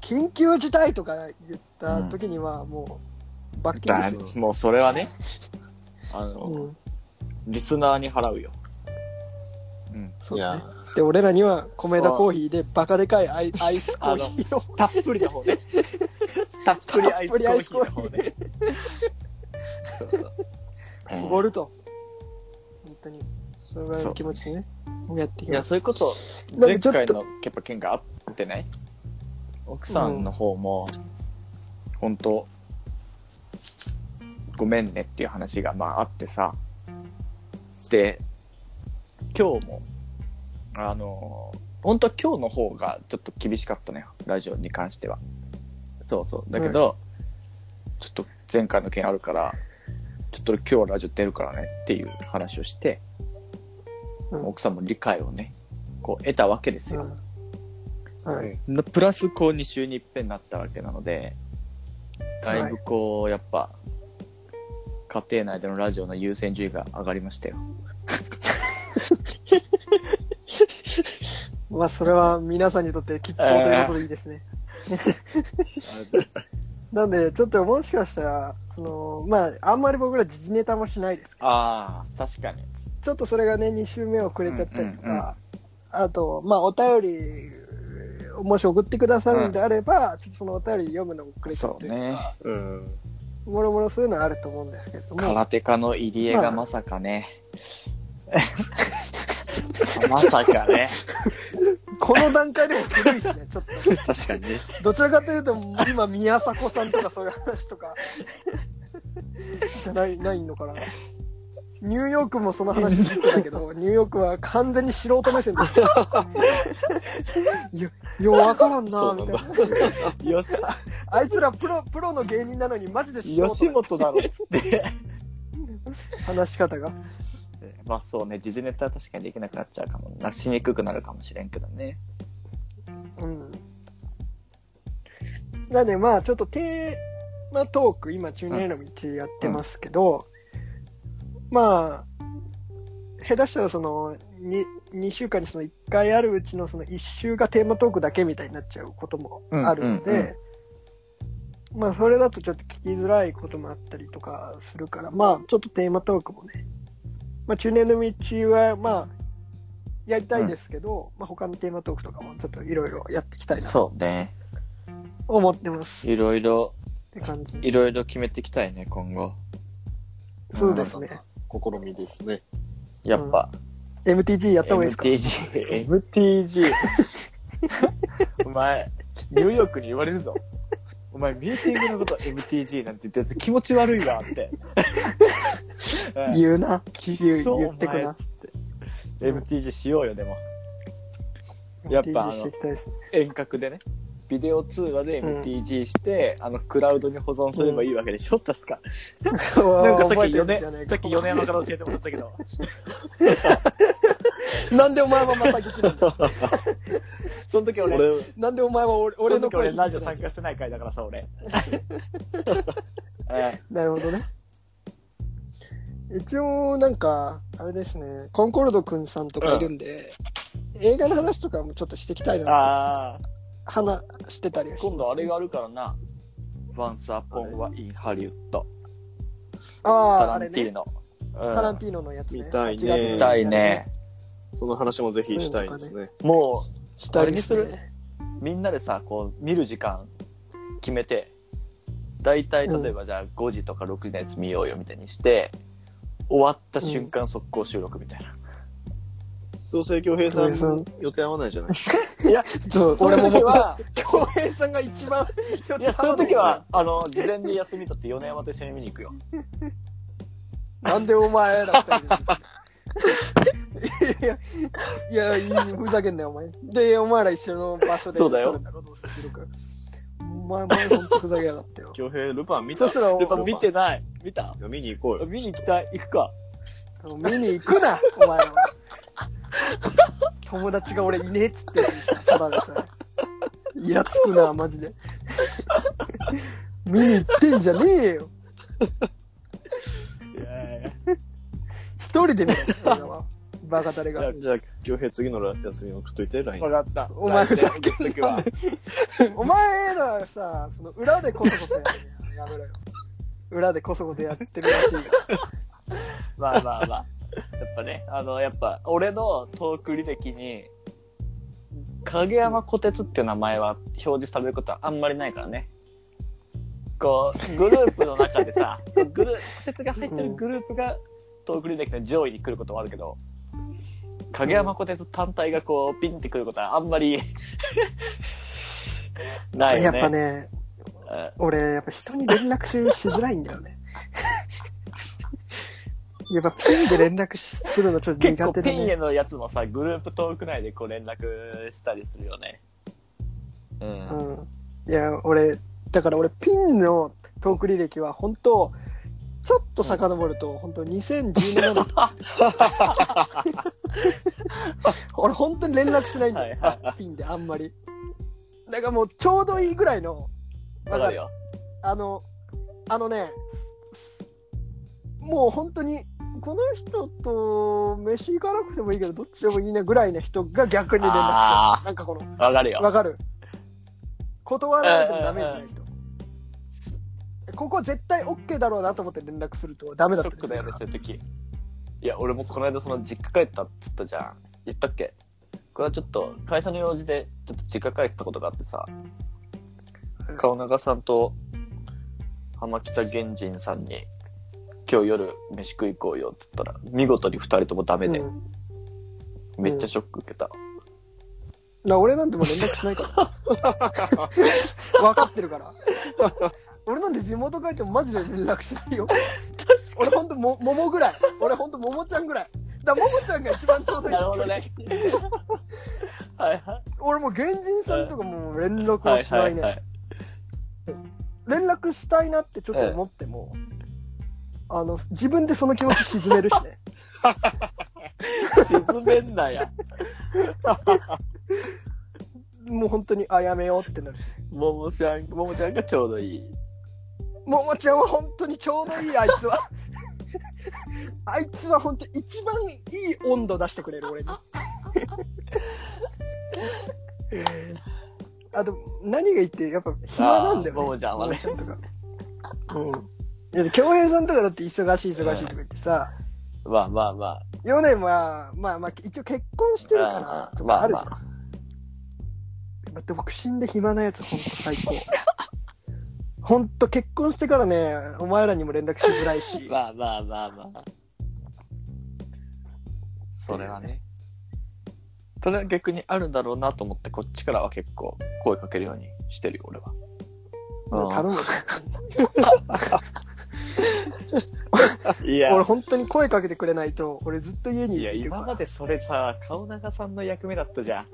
[SPEAKER 2] 緊急事態とか言った時には、もう、罰金
[SPEAKER 5] だ
[SPEAKER 2] ですよ。
[SPEAKER 5] もうそれはね、あの、
[SPEAKER 2] うん、
[SPEAKER 5] リスナーに払うよ。うん。
[SPEAKER 2] そ
[SPEAKER 3] いうや
[SPEAKER 2] ね。で、俺らには、米田コーヒーでバカでかいアイアイスコーヒーを、
[SPEAKER 5] たっぷりの方ね。たっぷりアイスコーヒーの方ね。そうそう
[SPEAKER 2] おごると。本当に、それぐらいの気持ちでね、やってい
[SPEAKER 5] い
[SPEAKER 2] き
[SPEAKER 5] や、
[SPEAKER 2] ます。
[SPEAKER 5] そういうこと、
[SPEAKER 2] なん
[SPEAKER 5] 前
[SPEAKER 2] でちょっ
[SPEAKER 5] 回
[SPEAKER 2] と
[SPEAKER 5] のやっぱ件があってね、奥さんの方も、本当ごめんねっていう話がまああってさ、で、今日も、あの、本当は今日の方がちょっと厳しかったのよ、ラジオに関しては。そうそう。だけど、ちょっと前回の件あるから、ちょっと今日はラジオ出るからねっていう話をして、
[SPEAKER 2] うん
[SPEAKER 5] 奥さんも理解をね、こう得たわけですよ。
[SPEAKER 2] うんはい
[SPEAKER 5] なプラスこう2週に一遍になったわけなので、だいぶこう、やっぱ、家庭内でのラジオの優先順位が上がりましたよ。
[SPEAKER 2] まあ、それは皆さんにとって吉報ということでいいですね。なんで、ちょっともしかしたら、その、まあ、あんまり僕ら時事ネタもしないですけど、
[SPEAKER 5] ああ、確かに。
[SPEAKER 2] ちょっとそれがね、2週目遅れちゃったりとか、
[SPEAKER 5] うんうんうん
[SPEAKER 2] あと、まあ、お便り、もし送ってくださるんであれば、ちょっとそのお便り読むの遅れちゃったりと
[SPEAKER 5] そうね
[SPEAKER 2] か、
[SPEAKER 3] うん。
[SPEAKER 2] もろもろそういうのはあると思うんですけれども、
[SPEAKER 5] 空手家の入江
[SPEAKER 2] まあ
[SPEAKER 5] がまさ かね。まさかね。
[SPEAKER 2] この段階でも古いしね、ちょっと。
[SPEAKER 3] 確かにね。
[SPEAKER 2] どちらかというと、今、宮迫さんとかそういう話とか、じゃない、ないのかな。ニューヨークもその話聞いてたけど、ニューヨークは完全に素人目 線だった。よ、よ、わからん
[SPEAKER 3] そ
[SPEAKER 2] な
[SPEAKER 3] うな
[SPEAKER 2] み
[SPEAKER 3] ん
[SPEAKER 2] た
[SPEAKER 3] だ
[SPEAKER 2] いな。
[SPEAKER 5] よし、
[SPEAKER 2] あいつらプロ、プロの芸人なのにマジで素
[SPEAKER 5] 吉
[SPEAKER 2] 人だ
[SPEAKER 5] 本だろっつって。
[SPEAKER 2] 話し方が。
[SPEAKER 5] まあそうね、時事ネタは確かにできなくなっちゃうかも。なしにくくなるかもしれんけどね。
[SPEAKER 2] うん。なんで、まあ、ちょっとテーマトーク、今、中年への道やってますけど、まあ、下手したらその、に2週間にその1回あるうちのその1週がテーマトークだけみたいになっちゃうこともあるの
[SPEAKER 5] うんうん
[SPEAKER 2] で、まあそれだとちょっと聞きづらいこともあったりとかするから、まあちょっとテーマトークもね、まあ中年の道はまあやりたいですけど、まあ他のテーマトークとかもちょっといろいろやっていきたいなと
[SPEAKER 5] そうね。
[SPEAKER 2] 思ってますっ
[SPEAKER 5] いろいろ、
[SPEAKER 2] て感じ。
[SPEAKER 5] いろいろ決めていきたいね、今後。
[SPEAKER 2] そうですね。
[SPEAKER 3] 試みですね。
[SPEAKER 5] やっぱ、
[SPEAKER 2] MTG やった方がいいですか
[SPEAKER 5] MTG。MTG。お前、ニューヨークに言われるぞ。お前、ミーティングのこと MTG なんて言ったやつ気持ち悪いわって。
[SPEAKER 2] 言うな。
[SPEAKER 5] き
[SPEAKER 2] 言う言ってくな。
[SPEAKER 5] MTG しようよ、でも。やっぱ
[SPEAKER 2] MTG していきたいですね。
[SPEAKER 5] 遠隔でね。ビデオ通話で MTG して、あの、クラウドに保存すればいいわけでしょ、確か。 なん かさっ
[SPEAKER 2] 覚え
[SPEAKER 5] き
[SPEAKER 2] てる
[SPEAKER 5] 米
[SPEAKER 2] んじゃない、か
[SPEAKER 5] さっき米山から教えてもらったけど。
[SPEAKER 2] なんでお前はまた聞くの
[SPEAKER 5] その時俺、
[SPEAKER 3] 俺、
[SPEAKER 2] なんでお前は 俺
[SPEAKER 5] 俺
[SPEAKER 2] 俺
[SPEAKER 5] の
[SPEAKER 2] の
[SPEAKER 5] 時俺
[SPEAKER 2] 声
[SPEAKER 5] ラジオ参加してない回だからさ、俺。え
[SPEAKER 2] なるほどね。一応、なんか、あれですね、コンコルド君さんとかいるんで、映画の話とかもちょっとしていきたい
[SPEAKER 5] え
[SPEAKER 2] な、
[SPEAKER 5] ああ、
[SPEAKER 2] 話してたりはします
[SPEAKER 5] 今度あれがあるからな。 Once Upon a in Hollywood。
[SPEAKER 2] あ
[SPEAKER 5] タ
[SPEAKER 2] あ、
[SPEAKER 5] ラ
[SPEAKER 2] あれ
[SPEAKER 5] ンティー
[SPEAKER 2] ね。
[SPEAKER 5] ノ。
[SPEAKER 2] タラン
[SPEAKER 5] ィ
[SPEAKER 2] ティーノのやつね。
[SPEAKER 3] 見たいね
[SPEAKER 2] 8月に
[SPEAKER 3] ー
[SPEAKER 5] し
[SPEAKER 3] 見
[SPEAKER 5] たいね。。
[SPEAKER 3] その話もぜひしたいですね。
[SPEAKER 5] も
[SPEAKER 2] したいです
[SPEAKER 5] あれに
[SPEAKER 2] ね。
[SPEAKER 5] う、みんなでさ、こう、見る時間決めて、大体、例えばじゃあ5時とか6時のやつ見ようよみたいにして、終わった瞬間速攻収録みたいな。
[SPEAKER 3] どうせ京平さ
[SPEAKER 2] 京平さん
[SPEAKER 3] ん、 予定合わないじゃない
[SPEAKER 2] そう、
[SPEAKER 5] 俺も
[SPEAKER 2] その時
[SPEAKER 5] 僕 は、
[SPEAKER 2] 恭平さんが一番、
[SPEAKER 5] いや、そういう時は、あの、事前に休み取って米山と一緒に見に行くよ。
[SPEAKER 2] なんでお前ら二 人で。いや、いや、いいふざけんなよ、お前。で、お前ら一緒の場所で
[SPEAKER 5] そうだよ
[SPEAKER 2] 撮るんだろ、どうせ記録。お前、お前、ほんとふざけやがったよ。
[SPEAKER 3] 京平、ルパン見た
[SPEAKER 2] そしたら、
[SPEAKER 5] ルパン見てない。見た
[SPEAKER 3] 見に行こうよ。
[SPEAKER 5] 見に行きたい。行くか。
[SPEAKER 2] 見に行くな、お前らは。友達が俺いねえっつってるのにさ、ただでさ。イラつくな、マジで。見に行ってんじゃねえよ。
[SPEAKER 5] いやいや
[SPEAKER 2] 一人で見ろ、映画は。バカ誰が。
[SPEAKER 3] じゃあ、京平、次の休み送っといて、LINE
[SPEAKER 5] 分。かった。
[SPEAKER 2] お前ふざ
[SPEAKER 5] けん時は。
[SPEAKER 2] お前らさ、その裏でこそこそやるやんやめろよ。裏でこそこそやってるらしいよ。
[SPEAKER 5] まあまあまあ。やっぱね、あの、やっぱ、俺のトーク履歴に、影山虎鉄っていう名前は表示されることはあんまりないからね。こう、グループの中 でさ、グループ、虎鉄が入ってるグループがトーク履歴の上位に来ることはあるけど、影山虎鉄単体がこう、ピンってくることはあんまり、 ない
[SPEAKER 2] や
[SPEAKER 5] よ
[SPEAKER 2] っ
[SPEAKER 5] ね。
[SPEAKER 2] ぱね、
[SPEAKER 5] うん
[SPEAKER 2] 俺、やっぱ人に連絡ししづらいんだよね。 やっぱピンで連絡するのちょっと
[SPEAKER 5] 結
[SPEAKER 2] 苦
[SPEAKER 5] 構
[SPEAKER 2] 手だ
[SPEAKER 5] ピンへ
[SPEAKER 2] ね。
[SPEAKER 5] のやつもさグループトーク内でこう連絡したりするよねうん
[SPEAKER 2] うん。いや、俺、だから俺ピンのトーク履歴は本当ちょっと遡ると、本当2017年。 俺本当に連絡しないんだよ。
[SPEAKER 5] はい
[SPEAKER 2] ピンであんまり。だからもうちょうどいいぐらいの、
[SPEAKER 5] わかるよ
[SPEAKER 2] あの、あのね、すすもう本当に、この人と飯行かなくてもいいけど、どっちでもいいねぐらいな人が逆に連絡しま
[SPEAKER 5] あ
[SPEAKER 2] す。
[SPEAKER 5] ー
[SPEAKER 2] なんかこの、
[SPEAKER 5] わかるよ
[SPEAKER 2] わかる断られてもダメージない人。ここ絶対 OK だろうなと思って連絡するとダメ
[SPEAKER 5] シ
[SPEAKER 2] だっ
[SPEAKER 5] ョ
[SPEAKER 2] た
[SPEAKER 5] ックだよねそういう時いや俺もこの間その実家帰ったっつったじゃん言ったっけこれはちょっと会社の用事でちょっと実家帰ったことがあってさ
[SPEAKER 2] うん
[SPEAKER 5] 川中さんと浜北源人さんに今日夜飯食い行こうよっつったら見事に2人ともダメで、
[SPEAKER 2] うん
[SPEAKER 5] めっちゃショック受けた、
[SPEAKER 2] な俺なんてもう連絡しない から。分かってるから。俺なんて地元帰ってもマジで連絡しないよ。俺ほんとも、桃ぐらい。俺ほんと桃ちゃんぐらい。だから桃ちゃんが一番ちょうどいい。
[SPEAKER 5] なるほど ねはいはい
[SPEAKER 2] 俺もう原人さんとかもう連絡
[SPEAKER 5] は
[SPEAKER 2] はいしな
[SPEAKER 5] はいい
[SPEAKER 2] ね。
[SPEAKER 5] はい。
[SPEAKER 2] 連絡したいなってちょっと思っても、あの、自分でその気持ち沈めるしね。
[SPEAKER 5] 沈めんなや。
[SPEAKER 2] もう本当にあやめようってなるし。
[SPEAKER 5] ももちゃん、ももちゃんがちょうどいい。
[SPEAKER 2] 桃ちゃんは本当にちょうどいい、あいつは。あいつは本当一番いい温度出してくれる、俺に。あと、何がいいって、やっぱ暇なんだよね。
[SPEAKER 5] あー桃ちゃんはね
[SPEAKER 2] 桃ちゃんとか。うん。いや、京平さんとかだって忙しい忙しいとか言ってさ、
[SPEAKER 5] まあまあまあ。
[SPEAKER 2] ヨネは、まあまあ、一応結婚してるから、とかあるじゃん。
[SPEAKER 5] ま
[SPEAKER 2] だって僕死んで暇なやつほんと最高 ほんと結婚してからねお前らにも連絡しづらいし
[SPEAKER 5] あ まあまあまあまあ。それはね。それは逆にあるんだろうなと思って、こっちからは結構声かけるようにしてるよ、俺は。うん
[SPEAKER 2] 頼む
[SPEAKER 5] いや
[SPEAKER 2] 俺本当に声かけてくれないと俺ずっと家に
[SPEAKER 5] い
[SPEAKER 2] い
[SPEAKER 5] や、
[SPEAKER 2] るか
[SPEAKER 5] 今
[SPEAKER 2] ら
[SPEAKER 5] までそれさ、顔長さんの役目だったじゃん。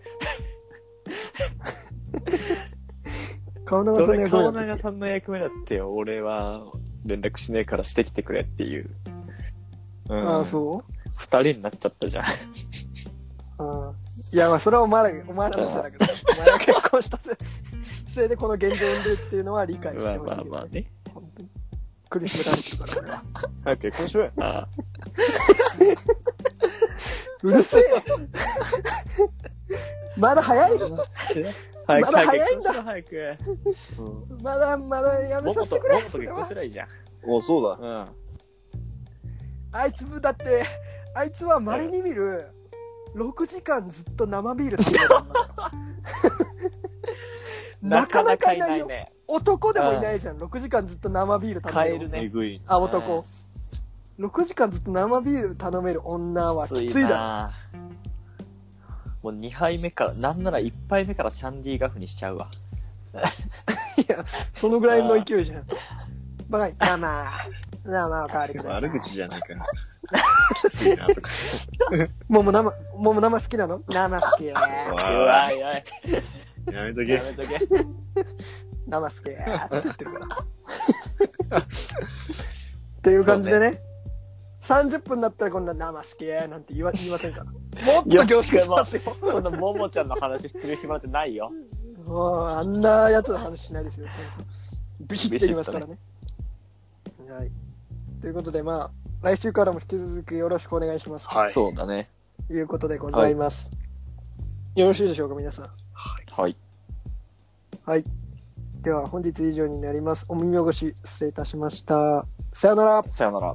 [SPEAKER 2] 顔長
[SPEAKER 5] そ
[SPEAKER 2] さん
[SPEAKER 5] れ
[SPEAKER 2] が
[SPEAKER 5] 顔長さんの役目だってよ、俺は連絡しねえからしてきてくれっていう。う
[SPEAKER 2] ああそう
[SPEAKER 5] 二人になっちゃったじゃん。
[SPEAKER 2] あーいやまあそれはお前らお前らのせいだけどお前ら結婚したせいせいでこの現状でっていうのは理解し
[SPEAKER 5] ま
[SPEAKER 2] て
[SPEAKER 5] あ
[SPEAKER 2] ほしい
[SPEAKER 5] ま
[SPEAKER 2] け
[SPEAKER 5] あ
[SPEAKER 2] ど、
[SPEAKER 5] まあね。
[SPEAKER 2] 本当に苦しめられてるから俺は
[SPEAKER 3] 早く結婚しろよ。
[SPEAKER 5] あ
[SPEAKER 2] うるせえよまだ早いよ
[SPEAKER 5] あ早
[SPEAKER 2] まだ早いんだ
[SPEAKER 5] 解決しろ早く。
[SPEAKER 3] うん
[SPEAKER 2] まだまだやめ
[SPEAKER 5] も
[SPEAKER 2] さ
[SPEAKER 5] も
[SPEAKER 2] せ
[SPEAKER 5] と、
[SPEAKER 2] て
[SPEAKER 5] も
[SPEAKER 2] くれ
[SPEAKER 5] もと結婚すりゃいいじゃん。
[SPEAKER 3] お、そうだ。
[SPEAKER 5] うん。
[SPEAKER 2] あいつもだってあいつはまれに見る6時間ずっと生 ビールっていうのがありますからなかなかいないよ
[SPEAKER 5] ね。
[SPEAKER 2] 男でもいないじゃん6時間ずっと生ビール
[SPEAKER 5] 買
[SPEAKER 2] 頼
[SPEAKER 5] え
[SPEAKER 2] め
[SPEAKER 5] る
[SPEAKER 2] る
[SPEAKER 3] え
[SPEAKER 5] ね。
[SPEAKER 3] ぐい。
[SPEAKER 2] あ男6時間ずっと生ビール頼める女はきついだ
[SPEAKER 5] なもう2杯目から、なんなら1杯目からシャンディガフにしちゃうわ。
[SPEAKER 2] そのぐらいの勢いじゃんバカに「まあまあまあまあおかわりください」
[SPEAKER 3] 悪口じゃない かな。きついなとか。
[SPEAKER 2] もも生もも生好きなの生好き
[SPEAKER 3] う
[SPEAKER 5] う
[SPEAKER 3] わ
[SPEAKER 5] わ、いやい。
[SPEAKER 3] ーやめとけ
[SPEAKER 5] や。めとけ。
[SPEAKER 2] 生好きって言ってるから。 っていう感じでね30分だったらこんな生好きなんて言わ言いませんから。もっと凝縮しますよ。
[SPEAKER 5] このももちゃんの話してる暇なんてないよ。
[SPEAKER 2] もうあんなやつの話しないですよ。本当ビシッて言いますからね。はい。ということで、まあ、来週からも引き続きよろしくお願いします。
[SPEAKER 3] はい。
[SPEAKER 5] そうだね。
[SPEAKER 2] ということでございます。よろしいでしょうか、皆さん。
[SPEAKER 5] はい。
[SPEAKER 2] はい。では、本日以上になります。お耳汚し、失礼いたしました。さよなら。
[SPEAKER 5] さよなら。